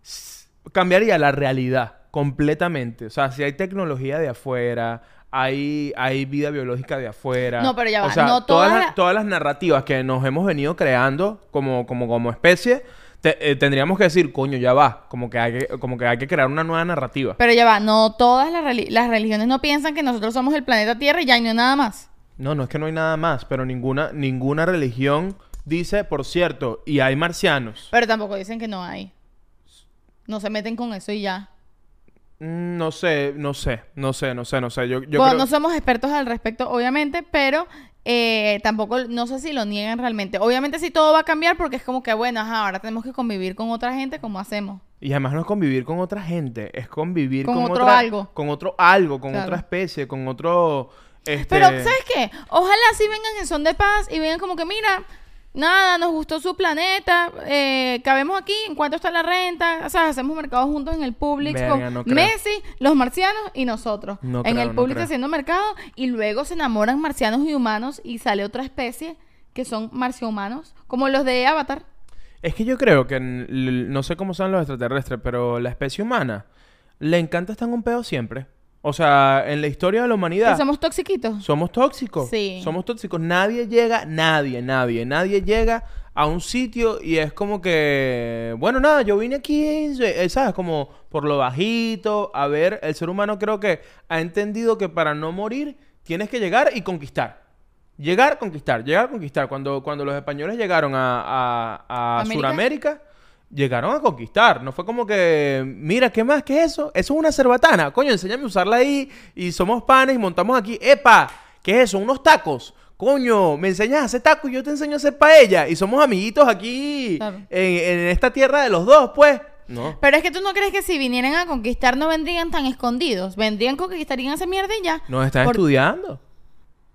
Speaker 2: s- cambiaría la realidad completamente. O sea, si hay tecnología de afuera, hay, hay vida biológica de afuera.
Speaker 1: No, pero ya
Speaker 2: o
Speaker 1: va,
Speaker 2: sea,
Speaker 1: no
Speaker 2: todas,
Speaker 1: todas
Speaker 2: las,
Speaker 1: la-
Speaker 2: todas las narrativas que nos hemos venido creando como, como, como especie, te- eh, tendríamos que decir, coño, ya va. Como que hay que, como que, hay que crear una nueva narrativa.
Speaker 1: Pero ya va, no todas las, reli- las religiones no piensan que nosotros somos el planeta Tierra y ya y no hay nada más.
Speaker 2: No, no es que no hay nada más, pero ninguna, ninguna religión dice, por cierto, y hay marcianos.
Speaker 1: Pero tampoco dicen que no hay. No se meten con eso y ya.
Speaker 2: Mm, No sé, no sé, no sé, no sé, no sé. Yo, yo
Speaker 1: Bueno,
Speaker 2: creo-
Speaker 1: No somos expertos al respecto, obviamente, pero eh, tampoco, no sé si lo niegan realmente. Obviamente sí todo va a cambiar porque es como que, bueno, ajá, ahora tenemos que convivir con otra gente, ¿cómo hacemos?
Speaker 2: Y además no es convivir con otra gente, es convivir con,
Speaker 1: Con otro
Speaker 2: otra-
Speaker 1: algo.
Speaker 2: Con otro algo, con
Speaker 1: Claro.
Speaker 2: otra especie, con otro... Este...
Speaker 1: Pero, ¿sabes qué? Ojalá sí vengan en son de paz y vengan como que, mira, nada, nos gustó su planeta, eh, cabemos aquí, ¿en cuánto está la renta? O sea, hacemos mercados juntos en el Publix
Speaker 2: Verga,
Speaker 1: con
Speaker 2: no creo.
Speaker 1: Messi, los marcianos y nosotros.
Speaker 2: No
Speaker 1: en
Speaker 2: creo,
Speaker 1: el
Speaker 2: no
Speaker 1: Publix
Speaker 2: creo.
Speaker 1: haciendo mercado y luego se enamoran marcianos y humanos y sale otra especie que son marcio-humanos, como los de Avatar.
Speaker 2: Es que yo creo que, en l- no sé cómo son los extraterrestres, pero la especie humana le encanta estar en un pedo siempre. O sea, en la historia de la
Speaker 1: Que
Speaker 2: humanidad somos...
Speaker 1: somos toxiquitos.
Speaker 2: tóxicos.
Speaker 1: Sí.
Speaker 2: Somos tóxicos. Nadie llega, nadie, nadie, nadie llega a un sitio y es como que, bueno, nada, yo vine aquí, eh, ¿sabes? Como por lo bajito, a ver, el ser humano creo que ha entendido que para no morir tienes que llegar y conquistar. Llegar, conquistar, llegar, conquistar. Cuando, cuando los españoles llegaron a, a, a
Speaker 1: ¿América?
Speaker 2: Sudamérica, llegaron a conquistar. No fue como que, mira, ¿qué más que eso? Eso es una cerbatana. Coño, enséñame a usarla ahí y somos panes y montamos aquí. ¡Epa! ¿Qué es eso? Unos tacos. Coño, me enseñas a hacer tacos y yo te enseño a hacer paella. Y somos amiguitos aquí
Speaker 1: Claro.
Speaker 2: en, en esta tierra de los dos, pues. No.
Speaker 1: Pero es que tú no crees que si vinieran a conquistar no vendrían tan escondidos. Vendrían, conquistarían esa mierda y ya.
Speaker 2: Nos están
Speaker 1: Por-
Speaker 2: estudiando.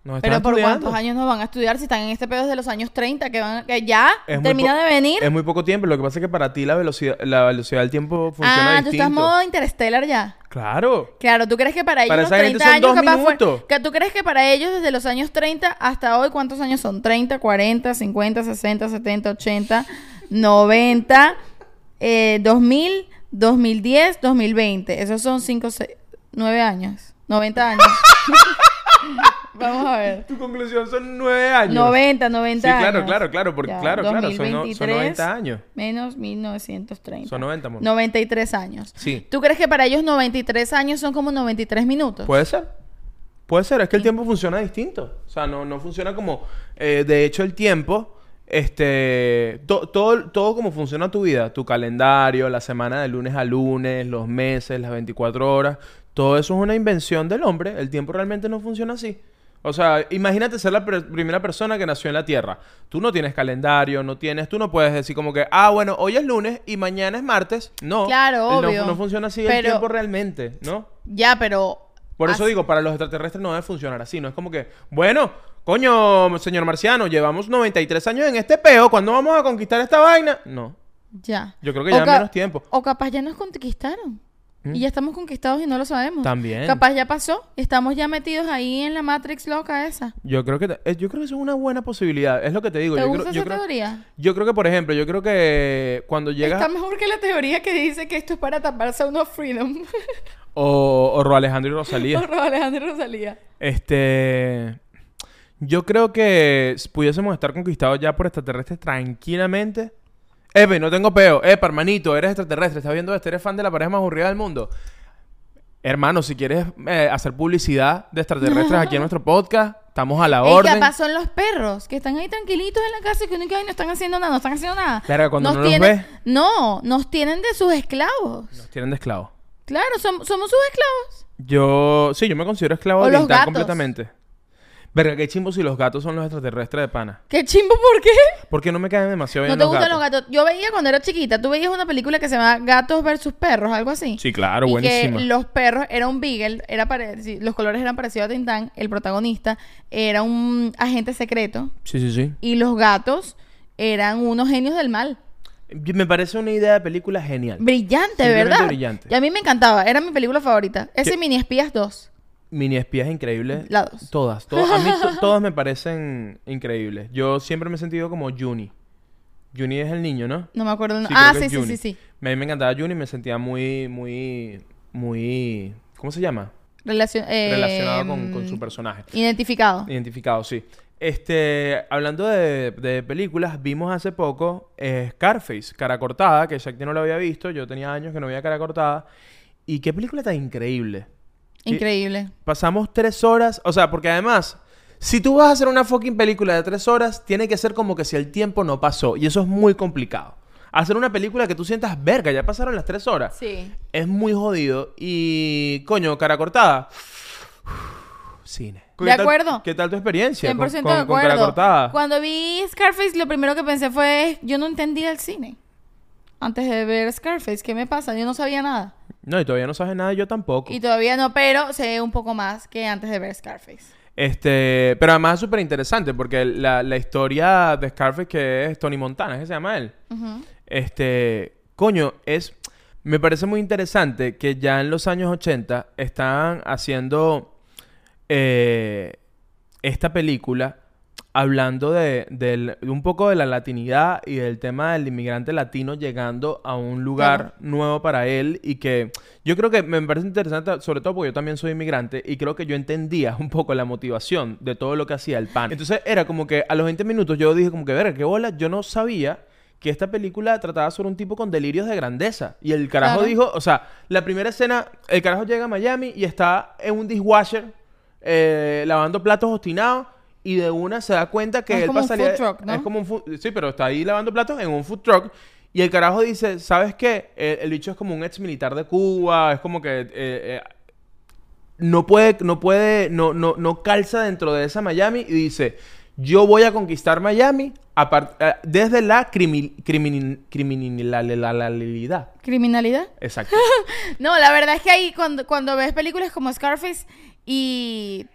Speaker 2: Nos están
Speaker 1: Pero por
Speaker 2: estudiando.
Speaker 1: cuántos años nos van a estudiar si están en este pedo desde los años 30 que van que ya
Speaker 2: Es muy
Speaker 1: termina
Speaker 2: po-
Speaker 1: de venir.
Speaker 2: Es muy poco tiempo. Lo que pasa es que para ti la velocidad, la velocidad del tiempo
Speaker 1: ah,
Speaker 2: funciona
Speaker 1: tú
Speaker 2: distinto.
Speaker 1: estás modo interstellar ya.
Speaker 2: Claro.
Speaker 1: Claro, tú crees que para ellos
Speaker 2: Para
Speaker 1: los
Speaker 2: esa gente
Speaker 1: 30
Speaker 2: son
Speaker 1: años
Speaker 2: dos
Speaker 1: capaz fue-
Speaker 2: minutos.
Speaker 1: que tú crees que para ellos desde los años 30 hasta hoy cuántos años son? 30, 40, 50, 60, 70, 80, 90, eh, 2000, 2010, 2020. Esos son 5 9 años, 90 años. Vamos a ver.
Speaker 2: Tu conclusión son nueve años.
Speaker 1: 90, 90
Speaker 2: Sí, claro,
Speaker 1: años.
Speaker 2: claro, claro, porque- claro, claro, son no- son 90 años.
Speaker 1: Menos 1930.
Speaker 2: Son 90, amor.
Speaker 1: 93 años.
Speaker 2: Sí.
Speaker 1: ¿Tú crees que para ellos 93 años son como 93 minutos?
Speaker 2: Puede ser. Puede ser. Es que el tiempo funciona distinto. O sea, no, no funciona como. eh, de hecho, el tiempo. Este, to- todo, todo como funciona tu vida, tu calendario, la semana de lunes a lunes, los meses, las 24 horas, todo eso es una invención del hombre, el tiempo realmente no funciona así. O sea, imagínate ser la per- primera persona que nació en la Tierra. Tú no tienes calendario, no tienes, tú no puedes decir como que, ah, bueno, hoy es lunes y mañana es martes. No,
Speaker 1: Claro,
Speaker 2: el- no-
Speaker 1: obvio.
Speaker 2: No, funciona así el
Speaker 1: Pero-
Speaker 2: tiempo realmente, ¿no?
Speaker 1: Ya, pero...
Speaker 2: Por eso
Speaker 1: así-
Speaker 2: digo, para los extraterrestres no debe funcionar así. No es como que, bueno, coño, señor marciano, llevamos 93 años en este peo, ¿cuándo vamos a conquistar esta vaina? No.
Speaker 1: Ya.
Speaker 2: Yo creo que
Speaker 1: O
Speaker 2: ya
Speaker 1: ca-
Speaker 2: menos tiempo. Mm.
Speaker 1: O capaz ya nos conquistaron. Y ya estamos conquistados y no lo sabemos.
Speaker 2: También.
Speaker 1: Capaz ya pasó. Estamos ya metidos ahí en la Matrix loca esa.
Speaker 2: Yo creo que, eh, yo creo que eso es una buena posibilidad. Es lo que te digo.
Speaker 1: ¿Te
Speaker 2: yo,
Speaker 1: gusta
Speaker 2: creo,
Speaker 1: esa
Speaker 2: yo, creo,
Speaker 1: teoría?
Speaker 2: yo creo que, por ejemplo, yo creo que cuando llegas...
Speaker 1: Está mejor que la teoría que dice que esto es para taparse a uno Freedom.
Speaker 2: O, o Ro Alejandro y
Speaker 1: o
Speaker 2: Rosalía.
Speaker 1: Rob Alejandro y Rosalía.
Speaker 2: Este. Yo creo que s- pudiésemos estar conquistados ya por extraterrestres tranquilamente. Epe, no tengo peo. Epa, hermanito, eres extraterrestre. Estás viendo esto, eres fan de la pareja más aburrida del mundo. Hermano, si quieres eh, hacer publicidad de extraterrestres aquí en nuestro podcast, estamos a la
Speaker 1: Ey,
Speaker 2: orden.
Speaker 1: capaz son los perros que están ahí tranquilitos en la casa y que únicamente no están haciendo nada, no están haciendo nada.
Speaker 2: Verga, cuando no los
Speaker 1: tienen,
Speaker 2: ves.
Speaker 1: No, nos tienen de sus esclavos.
Speaker 2: Nos tienen de esclavo.
Speaker 1: Claro, som- somos sus esclavos.
Speaker 2: Yo. Sí, yo me considero esclavo
Speaker 1: O
Speaker 2: de
Speaker 1: los
Speaker 2: oriental
Speaker 1: gatos.
Speaker 2: completamente. Verga, qué chimbo si los gatos son los extraterrestres de pana.
Speaker 1: ¿Qué chimbo? ¿Por qué?
Speaker 2: Porque no me caen demasiado
Speaker 1: ¿No
Speaker 2: bien
Speaker 1: te
Speaker 2: los
Speaker 1: gustan
Speaker 2: gatos.
Speaker 1: los gatos? Yo veía cuando era chiquita, tú veías una película que se llama Gatos versus Perros, algo así.
Speaker 2: Sí, claro,
Speaker 1: y
Speaker 2: buenísima.
Speaker 1: que los perros era un beagle, era pare- sí, los colores eran parecidos a Tintán, el protagonista era un agente secreto
Speaker 2: Sí, sí, sí.
Speaker 1: y los gatos eran unos genios del mal.
Speaker 2: Me parece una idea de película genial.
Speaker 1: Brillante,
Speaker 2: Simplemente
Speaker 1: ¿verdad?
Speaker 2: brillante.
Speaker 1: Y a mí me encantaba, era mi película favorita. Ese
Speaker 2: ¿Qué?
Speaker 1: Mini Espías 2.
Speaker 2: Mini espías increíbles.
Speaker 1: La dos.
Speaker 2: Todas, todas. A mí to- todas me parecen increíbles. Yo siempre me he sentido como Juni. Juni es el niño, ¿no?
Speaker 1: No me acuerdo el
Speaker 2: Sí,
Speaker 1: nombre.
Speaker 2: creo
Speaker 1: ah,
Speaker 2: que
Speaker 1: sí,
Speaker 2: es
Speaker 1: sí,
Speaker 2: Juni.
Speaker 1: sí, sí.
Speaker 2: A mí me encantaba Juni, me sentía muy, muy, muy... ¿Cómo se llama?
Speaker 1: Relacion- eh, mm.
Speaker 2: Relacionado con, con su Eh, personaje.
Speaker 1: Identificado.
Speaker 2: Identificado, sí. Este, hablando de, de películas, vimos hace poco eh, Scarface, Cara Cortada, que Jack no lo había visto, yo tenía años que no veía Cara Cortada. Y qué película tan increíble. Y-
Speaker 1: Increíble.
Speaker 2: Pasamos tres horas, o sea, porque además, si tú vas a hacer una fucking película de tres horas, tiene que ser como que si el tiempo no pasó, y eso es muy complicado. Hacer una película que tú sientas, verga, ya pasaron las tres horas,
Speaker 1: Sí.
Speaker 2: es muy jodido. Y, coño, cara cortada, cine.
Speaker 1: De
Speaker 2: ¿Qué tal-
Speaker 1: acuerdo.
Speaker 2: ¿Qué tal tu experiencia
Speaker 1: 100% de
Speaker 2: con, con- con cara
Speaker 1: acuerdo.
Speaker 2: cortada?
Speaker 1: Cuando vi Scarface, lo primero que pensé fue, yo no entendía el cine. Antes de ver Scarface, ¿qué me pasa? Yo no sabía nada.
Speaker 2: No, y todavía no sabes nada, yo tampoco.
Speaker 1: Y todavía no, pero sé un poco más que antes de ver Scarface.
Speaker 2: Este, pero además es súper interesante porque la, la historia de Scarface que es Tony Montana, ¿es que se llama él?
Speaker 1: Ujú.
Speaker 2: Este, coño, es. Me parece muy interesante que ya en los años 80 estaban haciendo eh, esta película hablando de, del- de un poco de la latinidad y del tema del inmigrante latino llegando a un lugar nuevo para él y que yo creo que me parece interesante, sobre todo porque yo también soy inmigrante y creo que yo entendía un poco la motivación de todo lo que hacía el pan. Entonces era como que a los 20 minutos yo dije como que, verga, qué bola, yo no sabía que esta película trataba sobre un tipo con delirios de grandeza. Y el carajo
Speaker 1: Claro.
Speaker 2: dijo, o sea, la primera escena, el carajo llega a Miami y está en un dishwasher eh, lavando platos obstinados y de una se da cuenta que
Speaker 1: Es
Speaker 2: él
Speaker 1: como un
Speaker 2: pasaría-
Speaker 1: food truck, ¿no?
Speaker 2: Es como un food- sí, pero está ahí lavando platos en un food truck. Y el carajo dice, ¿sabes qué? El, el bicho es como un ex militar de Cuba, es como que eh, eh, no puede, no puede, no, no, no calza dentro de esa Miami y dice, yo voy a conquistar Miami apar- eh, desde la crimi- crimini- criminalidad.
Speaker 1: ¿Criminalidad?
Speaker 2: Exacto.
Speaker 1: No, la verdad es que ahí cuando, cuando ves películas como Scarface y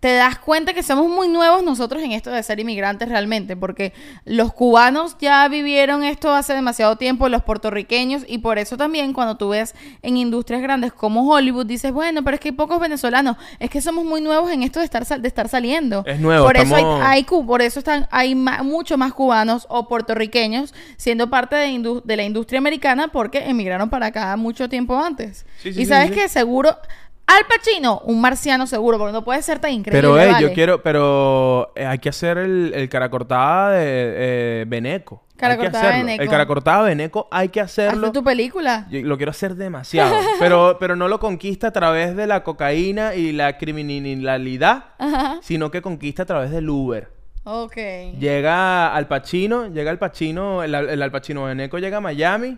Speaker 1: te das cuenta que somos muy nuevos nosotros en esto de ser inmigrantes realmente, porque los cubanos ya vivieron esto hace demasiado tiempo, los puertorriqueños, y por eso también cuando tú ves en industrias grandes como Hollywood, dices, bueno, pero es que hay pocos venezolanos, es que somos muy nuevos en esto de estar, sal- de estar saliendo.
Speaker 2: Es nuevo,
Speaker 1: Por eso hay-
Speaker 2: estamos-
Speaker 1: hay, cu- por eso están, hay ma- mucho más cubanos o puertorriqueños siendo parte de, indu- de la industria americana porque emigraron para acá mucho tiempo antes.
Speaker 2: Sí,
Speaker 1: y
Speaker 2: sí, sí,
Speaker 1: sabes
Speaker 2: sí.
Speaker 1: que seguro, Al Pacino, un marciano seguro, porque no puede ser tan increíble.
Speaker 2: Pero, eh, yo
Speaker 1: vale.
Speaker 2: quiero, pero eh, hay que hacer el, el cara cortada de eh, Beneco.
Speaker 1: Cara
Speaker 2: Hay que
Speaker 1: cortada de
Speaker 2: hacerlo.
Speaker 1: Beneco.
Speaker 2: El cara cortada de Beneco hay que hacerlo.
Speaker 1: Hazte tu película.
Speaker 2: Yo lo quiero hacer demasiado. pero, pero no lo conquista a través de la cocaína y la criminalidad,
Speaker 1: Ajá.
Speaker 2: sino que conquista a través del Uber.
Speaker 1: Ok.
Speaker 2: Llega al Pacino, llega al Pacino, el, Al- el Al Pacino Beneco llega a Miami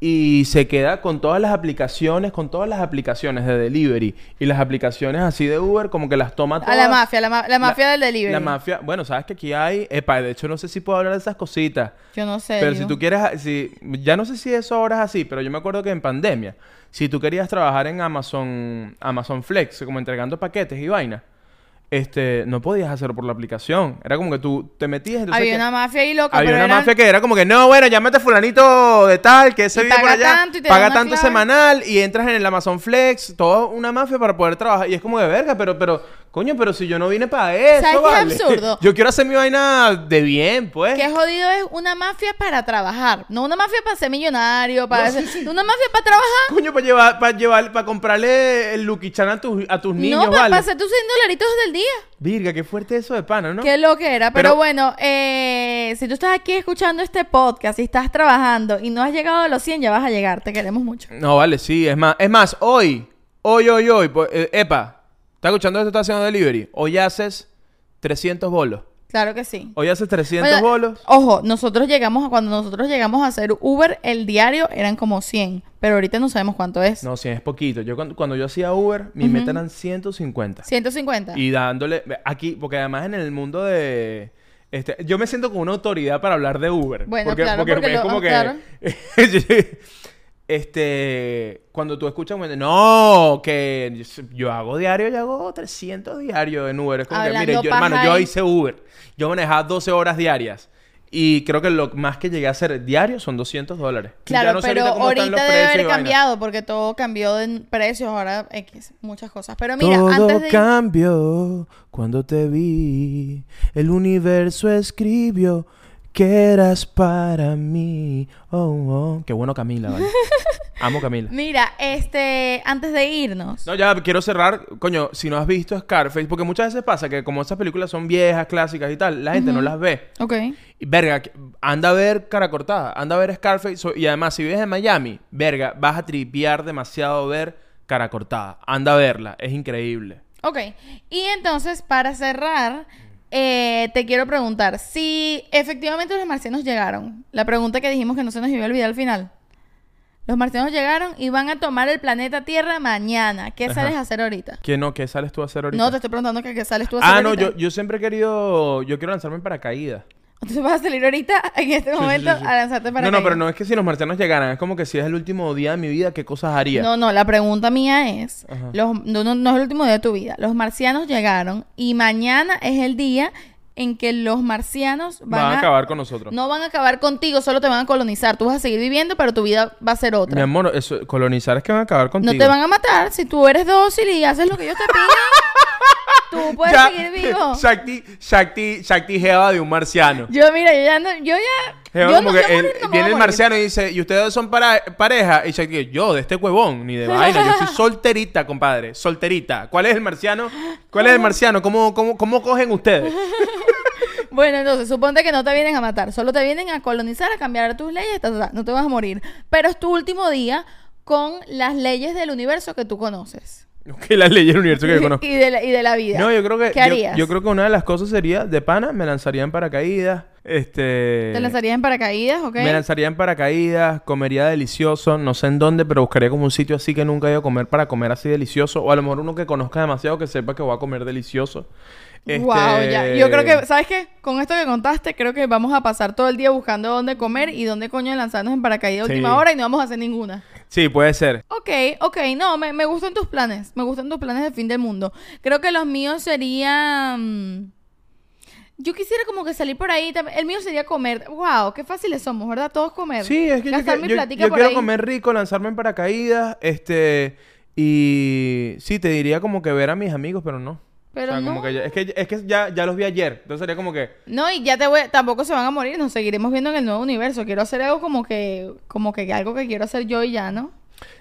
Speaker 2: y se queda con todas las aplicaciones, con todas las aplicaciones de delivery y las aplicaciones así de Uber, como que las toma todas.
Speaker 1: A la mafia, la, ma- la mafia del delivery.
Speaker 2: La mafia, bueno, sabes que aquí hay, epa, de hecho no sé si puedo hablar de esas cositas,
Speaker 1: Yo no sé.
Speaker 2: pero
Speaker 1: digo.
Speaker 2: si tú quieres, si, ya no sé si eso ahora es así, pero yo me acuerdo que en pandemia, si tú querías trabajar en Amazon, Amazon Flex, como entregando paquetes y vainas, este, no podías hacerlo por la aplicación, era como que tú te metías, entonces
Speaker 1: Había
Speaker 2: que-
Speaker 1: una mafia ahí loca,
Speaker 2: había
Speaker 1: pero
Speaker 2: una
Speaker 1: eran-
Speaker 2: mafia que era como que, no, bueno, llámate fulanito de tal, que ese
Speaker 1: Y
Speaker 2: vive por
Speaker 1: paga
Speaker 2: allá,
Speaker 1: tanto y te da
Speaker 2: paga
Speaker 1: una
Speaker 2: tanto
Speaker 1: clave.
Speaker 2: semanal y entras en el Amazon Flex, todo una mafia para poder trabajar. Y es como de verga, pero, pero, coño, pero si yo no vine para eso,
Speaker 1: ¿Sabes qué es
Speaker 2: vale.
Speaker 1: absurdo?
Speaker 2: yo quiero hacer mi vaina de bien, pues.
Speaker 1: Qué jodido es una mafia para trabajar. No una mafia para ser millonario, para
Speaker 2: No,
Speaker 1: ser-
Speaker 2: sí, sí.
Speaker 1: una mafia para trabajar.
Speaker 2: Coño, para llevar, para llevar, para comprarle el Lucky Chan a tus, a tus niños,
Speaker 1: no, para
Speaker 2: vale.
Speaker 1: pasar tus 100 dolaritos del día.
Speaker 2: Virga, qué fuerte eso de pana, ¿no?
Speaker 1: Qué lo que era. Pero,
Speaker 2: Pero-
Speaker 1: bueno, eh, si tú estás aquí escuchando este podcast y estás trabajando y no has llegado a los 100, ya vas a llegar. Te queremos mucho.
Speaker 2: No, vale, sí, es más. Es más, hoy, hoy, hoy, hoy, pues, eh, epa, ¿estás escuchando esto? ¿Estás haciendo delivery? Hoy haces 300 bolos.
Speaker 1: Claro que sí.
Speaker 2: Hoy haces 300
Speaker 1: Bueno,
Speaker 2: bolos.
Speaker 1: Ojo, nosotros llegamos a cuando nosotros llegamos a hacer Uber, el diario eran como 100, pero ahorita no sabemos cuánto es.
Speaker 2: No, 100 es poquito. Yo cuando, cuando yo hacía Uber, mis metas eran 150.
Speaker 1: 150.
Speaker 2: Y dándole aquí, porque además en el mundo de este, yo me siento como una autoridad para hablar de Uber,
Speaker 1: Bueno, claro, porque
Speaker 2: es
Speaker 1: lo- ah,
Speaker 2: como que
Speaker 1: claro.
Speaker 2: este cuando tú escuchas bueno, no, que yo hago diario, yo hago 300 diarios en Uber, es como que mire,
Speaker 1: Hablando
Speaker 2: yo, hermano,
Speaker 1: paja
Speaker 2: yo
Speaker 1: ahí.
Speaker 2: hice Uber. Yo manejaba 12 horas diarias. Y creo que lo más que llegué a hacer diario son 200 dólares.
Speaker 1: Claro,
Speaker 2: Ya no sé
Speaker 1: pero
Speaker 2: cómo están los
Speaker 1: ahorita debe
Speaker 2: precios y
Speaker 1: haber
Speaker 2: vainas.
Speaker 1: cambiado porque todo cambió de precios, ahora X, muchas cosas. Pero Ah, mira, antes de... ir-
Speaker 2: cambió cuando te vi. El universo escribió que eras para mí. Oh, oh. Qué bueno Camila, vale. Amo Camila.
Speaker 1: Mira, este, antes de irnos.
Speaker 2: No, ya quiero cerrar, coño, si no has visto Scarface, porque muchas veces pasa que como esas películas son viejas, clásicas y tal, la gente no las ve.
Speaker 1: Ok.
Speaker 2: Y, verga, que- anda a ver cara cortada, anda a ver Scarface. so- y además, si vives en Miami, verga, vas a tripear demasiado ver cara cortada. Anda a verla, es increíble.
Speaker 1: Ok. Y entonces, para cerrar, eh, te quiero preguntar, si efectivamente los marcianos llegaron, la pregunta que dijimos que no se nos iba a olvidar al final. Los marcianos llegaron y van a tomar el planeta Tierra mañana. ¿Qué
Speaker 2: Ajá.
Speaker 1: sales a hacer ahorita?
Speaker 2: ¿Qué no? ¿Qué sales tú a hacer ahorita?
Speaker 1: No, te estoy preguntando que qué sales tú a hacer
Speaker 2: Ah, no,
Speaker 1: ahorita.
Speaker 2: yo, yo siempre he querido. Yo quiero lanzarme en paracaídas.
Speaker 1: Entonces vas a salir ahorita, en este
Speaker 2: Sí, sí,
Speaker 1: momento,
Speaker 2: sí.
Speaker 1: a lanzarte para
Speaker 2: No, no, pero no es que si los marcianos llegaran, es como que si es el último día de mi vida, ¿qué cosas haría?
Speaker 1: No, no, la pregunta mía es,
Speaker 2: Ajá.
Speaker 1: los- no, no- no es el último día de tu vida, los marcianos llegaron y mañana es el día en que los marcianos van,
Speaker 2: Van a acabar con nosotros.
Speaker 1: No van a acabar contigo, solo te van a colonizar, tú vas a seguir viviendo, pero tu vida va a ser
Speaker 2: Mi
Speaker 1: otra.
Speaker 2: amor, eso, colonizar es que van a acabar contigo.
Speaker 1: No te van a matar, si tú eres dócil y haces lo que ellos te piden, tú puedes
Speaker 2: Ya,
Speaker 1: seguir vivo.
Speaker 2: Shakti, Shakti, Shakti Jeva de un marciano.
Speaker 1: Yo mira, yo ya no, yo ya,
Speaker 2: Jeva
Speaker 1: yo
Speaker 2: como
Speaker 1: no,
Speaker 2: que
Speaker 1: yo morir
Speaker 2: el-
Speaker 1: no me voy a
Speaker 2: viene el
Speaker 1: morir.
Speaker 2: marciano y dice, ¿y ustedes son para- pareja? Y Shakti, yo, de este huevón, ni de vaina, yo soy solterita, compadre, solterita. ¿Cuál es el marciano? ¿Cuál es el marciano? ¿Cómo, cómo, cómo cogen ustedes?
Speaker 1: Bueno, entonces suponte que no te vienen a matar, solo te vienen a colonizar, a cambiar tus leyes, ta, ta, ta, no te vas a morir. Pero es tu último día con las leyes del universo que tú conoces.
Speaker 2: que las leyes del universo que yo conozco.
Speaker 1: Y de la, y de la vida.
Speaker 2: No, yo creo que.
Speaker 1: ¿Qué
Speaker 2: yo-
Speaker 1: harías?
Speaker 2: Yo, creo que una de las cosas sería, de pana, me lanzaría en paracaídas. Este.
Speaker 1: ¿Te lanzarías en paracaídas, ok?
Speaker 2: Me lanzaría en paracaídas, comería delicioso, no sé en dónde, pero buscaría como un sitio así que nunca he ido a comer para comer así delicioso. O a lo mejor uno que conozca demasiado que sepa que va a comer delicioso.
Speaker 1: Wow,
Speaker 2: Este,
Speaker 1: ya. Yo creo que, ¿sabes qué? Con esto que contaste, creo que vamos a pasar todo el día buscando dónde comer y dónde coño lanzarnos en paracaídas a
Speaker 2: Sí.
Speaker 1: última hora y no vamos a hacer ninguna.
Speaker 2: Sí, puede ser.
Speaker 1: Ok, ok, no, me, me gustan tus planes, me gustan tus planes de fin del mundo. Creo que los míos serían... Yo quisiera como que salir por ahí, tam- el mío sería comer. Wow, qué fáciles somos, ¿verdad? Todos comer.
Speaker 2: Sí, es que yo,
Speaker 1: Eh, Gastar
Speaker 2: que-
Speaker 1: mi
Speaker 2: yo-
Speaker 1: platica
Speaker 2: yo
Speaker 1: por
Speaker 2: quiero
Speaker 1: ahí.
Speaker 2: comer rico, lanzarme en paracaídas, este. Y sí, te diría como que ver a mis amigos, pero no.
Speaker 1: Pero
Speaker 2: o sea, como
Speaker 1: no.
Speaker 2: que ya- es que, es que ya, ya los vi ayer. Entonces sería como que.
Speaker 1: No, y ya te voy, tampoco se van a morir, nos seguiremos viendo en el nuevo universo. Quiero hacer algo como que, como que algo que quiero hacer yo y ya, ¿no?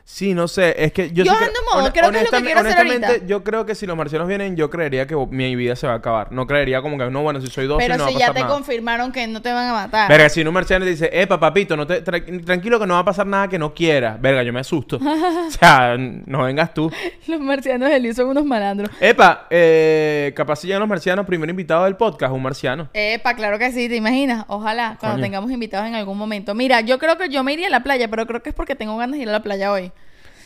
Speaker 2: Sí, no sé, es que yo...
Speaker 1: Yo
Speaker 2: sí cre-
Speaker 1: ando en modo,
Speaker 2: hone-
Speaker 1: creo que es lo que
Speaker 2: honestame-
Speaker 1: quiero hacer
Speaker 2: honestamente,
Speaker 1: ahorita.
Speaker 2: yo creo que si los marcianos vienen, yo creería que mi vida se va a acabar. No creería como que, no, bueno, si soy dos,
Speaker 1: Pero
Speaker 2: no va a
Speaker 1: si ya
Speaker 2: pasar
Speaker 1: te
Speaker 2: nada.
Speaker 1: confirmaron que no te van a matar.
Speaker 2: Verga, si un marciano te dice, epa, papito, no te, tra- tranquilo que no va a pasar nada que no quieras. Verga, yo me asusto. o sea, n- no vengas tú.
Speaker 1: Los marcianos de Liz son unos malandros.
Speaker 2: Epa, eh, capaz si llegan los marcianos, primer invitado del podcast, un marciano.
Speaker 1: Epa, claro que sí, ¿te imaginas? Ojalá, cuando
Speaker 2: Coño.
Speaker 1: tengamos invitados en algún momento. Mira, yo creo que yo me iría a la playa, pero creo que es porque tengo ganas de ir a la playa hoy.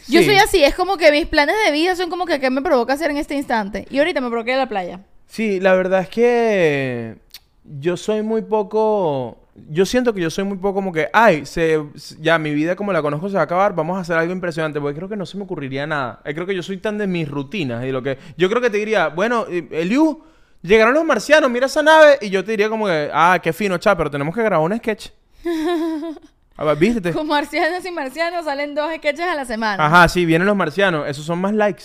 Speaker 1: Yo
Speaker 2: Sí.
Speaker 1: soy así, es como que mis planes de vida son como que qué me provoca hacer en este instante. Y ahorita me provoca ir a la playa.
Speaker 2: Sí, la verdad es que yo soy muy poco. Yo siento que yo soy muy poco como que, ay, se, ya mi vida como la conozco se va a acabar, vamos a hacer algo impresionante, porque creo que no se me ocurriría nada. Eh, Creo que yo soy tan de mis rutinas y lo que. Yo creo que te diría, bueno, eh, Eliu, llegaron los marcianos, mira esa nave, y yo te diría como que, ah, qué fino, cha, pero tenemos que grabar un sketch. Ah, A ver, Vístete.
Speaker 1: Con marcianos y marcianos salen dos sketches a la semana.
Speaker 2: Ajá, sí, vienen los marcianos, esos son más likes.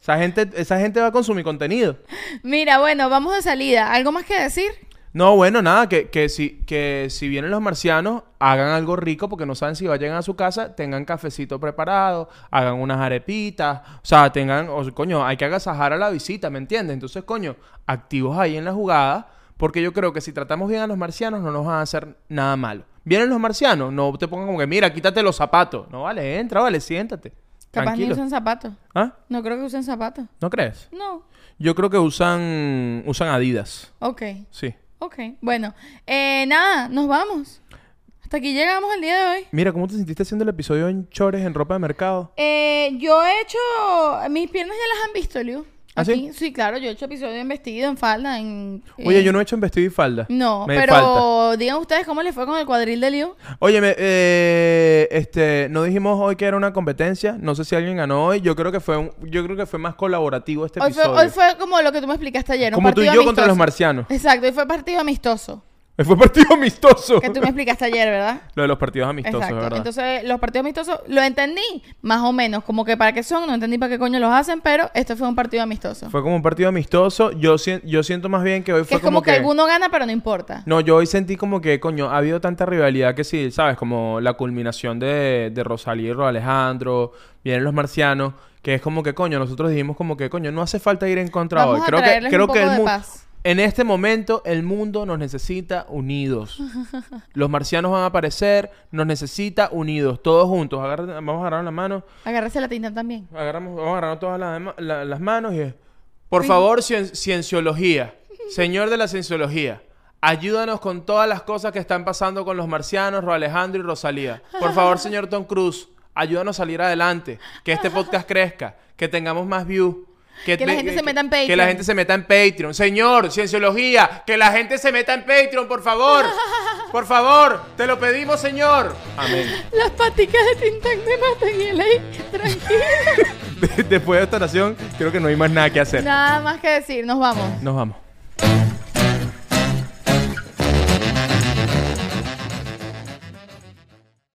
Speaker 2: Esa gente, esa gente va a consumir contenido.
Speaker 1: Mira, bueno, vamos de salida. ¿Algo más que decir?
Speaker 2: No, bueno, nada, que, que, si, que si vienen los marcianos, hagan algo rico porque no saben si vayan a su casa, tengan cafecito preparado, hagan unas arepitas, o sea, tengan, o, coño, hay que agasajar a la visita, ¿me entiendes? Entonces, coño, activos ahí en la jugada, porque yo creo que si tratamos bien a los marcianos no nos van a hacer nada malo. Vienen los marcianos, no te pongan como que, mira, quítate los zapatos. No, vale, entra, vale, siéntate.
Speaker 1: Capaz ni
Speaker 2: Tranquilo.
Speaker 1: usan zapatos.
Speaker 2: ¿Ah?
Speaker 1: No creo que usen zapatos.
Speaker 2: ¿No crees?
Speaker 1: No.
Speaker 2: Yo creo que usan usan Adidas.
Speaker 1: Ok,
Speaker 2: Sí.
Speaker 1: ok. Bueno, eh, nada, nos vamos. Hasta aquí llegamos al día de hoy.
Speaker 2: Mira, ¿cómo te sentiste haciendo el episodio en chores en ropa de mercado?
Speaker 1: Eh, yo he hecho. Mis piernas ya las han visto, Liu.
Speaker 2: ¿Ah, sí?
Speaker 1: Aquí. Sí, claro, yo he hecho episodio en vestido, en falda, en.
Speaker 2: Oye,
Speaker 1: eh,
Speaker 2: yo no he hecho en vestido y falda.
Speaker 1: No,
Speaker 2: Me
Speaker 1: pero
Speaker 2: falta.
Speaker 1: digan ustedes cómo les fue con el cuadril de Liu.
Speaker 2: Oye, me- eh, este, no dijimos hoy que era una competencia. No sé si alguien ganó hoy. Yo creo que fue un- yo creo que fue más colaborativo este
Speaker 1: Hoy fue,
Speaker 2: episodio.
Speaker 1: hoy fue como lo que tú me explicaste ayer. un
Speaker 2: Como tú y yo
Speaker 1: partido
Speaker 2: contra los
Speaker 1: amistoso.
Speaker 2: marcianos.
Speaker 1: Exacto, y fue partido amistoso.
Speaker 2: Fue partido amistoso.
Speaker 1: Que tú me explicaste ayer, ¿verdad?
Speaker 2: Lo de los partidos amistosos,
Speaker 1: Exacto.
Speaker 2: ¿verdad?
Speaker 1: Entonces, los partidos amistosos lo entendí, más o menos, como que para qué son, no entendí para qué coño los hacen, pero esto fue un partido amistoso.
Speaker 2: Fue como un partido amistoso. Yo, sien- yo siento más bien que hoy
Speaker 1: que
Speaker 2: fue
Speaker 1: es como que, alguno gana, pero no importa.
Speaker 2: No, yo hoy sentí como que, coño, ha habido tanta rivalidad que sí, ¿sabes? Como la culminación de, de Rosalía y Ro Alejandro, vienen los marcianos, que es como que, coño, nosotros dijimos como que, coño, no hace falta ir en contra
Speaker 1: Vamos
Speaker 2: hoy.
Speaker 1: a
Speaker 2: Creo que,
Speaker 1: traerles
Speaker 2: creo
Speaker 1: un
Speaker 2: que
Speaker 1: poco
Speaker 2: el
Speaker 1: de
Speaker 2: mu-
Speaker 1: paz.
Speaker 2: En este momento, el mundo nos necesita unidos. los marcianos van a aparecer, nos necesita unidos, todos juntos. Agarra- vamos a agarrar la mano.
Speaker 1: Agárrese la tinta también.
Speaker 2: Agarramos, vamos a agarrar todas las, dema- la- las manos y es, por favor, cien- cienciología, señor de la cienciología, ayúdanos con todas las cosas que están pasando con los marcianos, Ro Alejandro y Rosalía. Por favor, señor Tom Cruise, ayúdanos a salir adelante, que este podcast crezca, que tengamos más views.
Speaker 1: Que la gente se meta en
Speaker 2: Que la
Speaker 1: Patreon.
Speaker 2: gente se meta en Patreon. Señor, Cienciología, que la gente se meta en Patreon, por favor. Por favor, te lo pedimos, señor. Amén.
Speaker 1: Las paticas de Tintán me matan y él ahí, tranquilo.
Speaker 2: Después de esta oración, creo que no hay más nada que hacer.
Speaker 1: Nada más que decir, nos vamos.
Speaker 2: Nos vamos.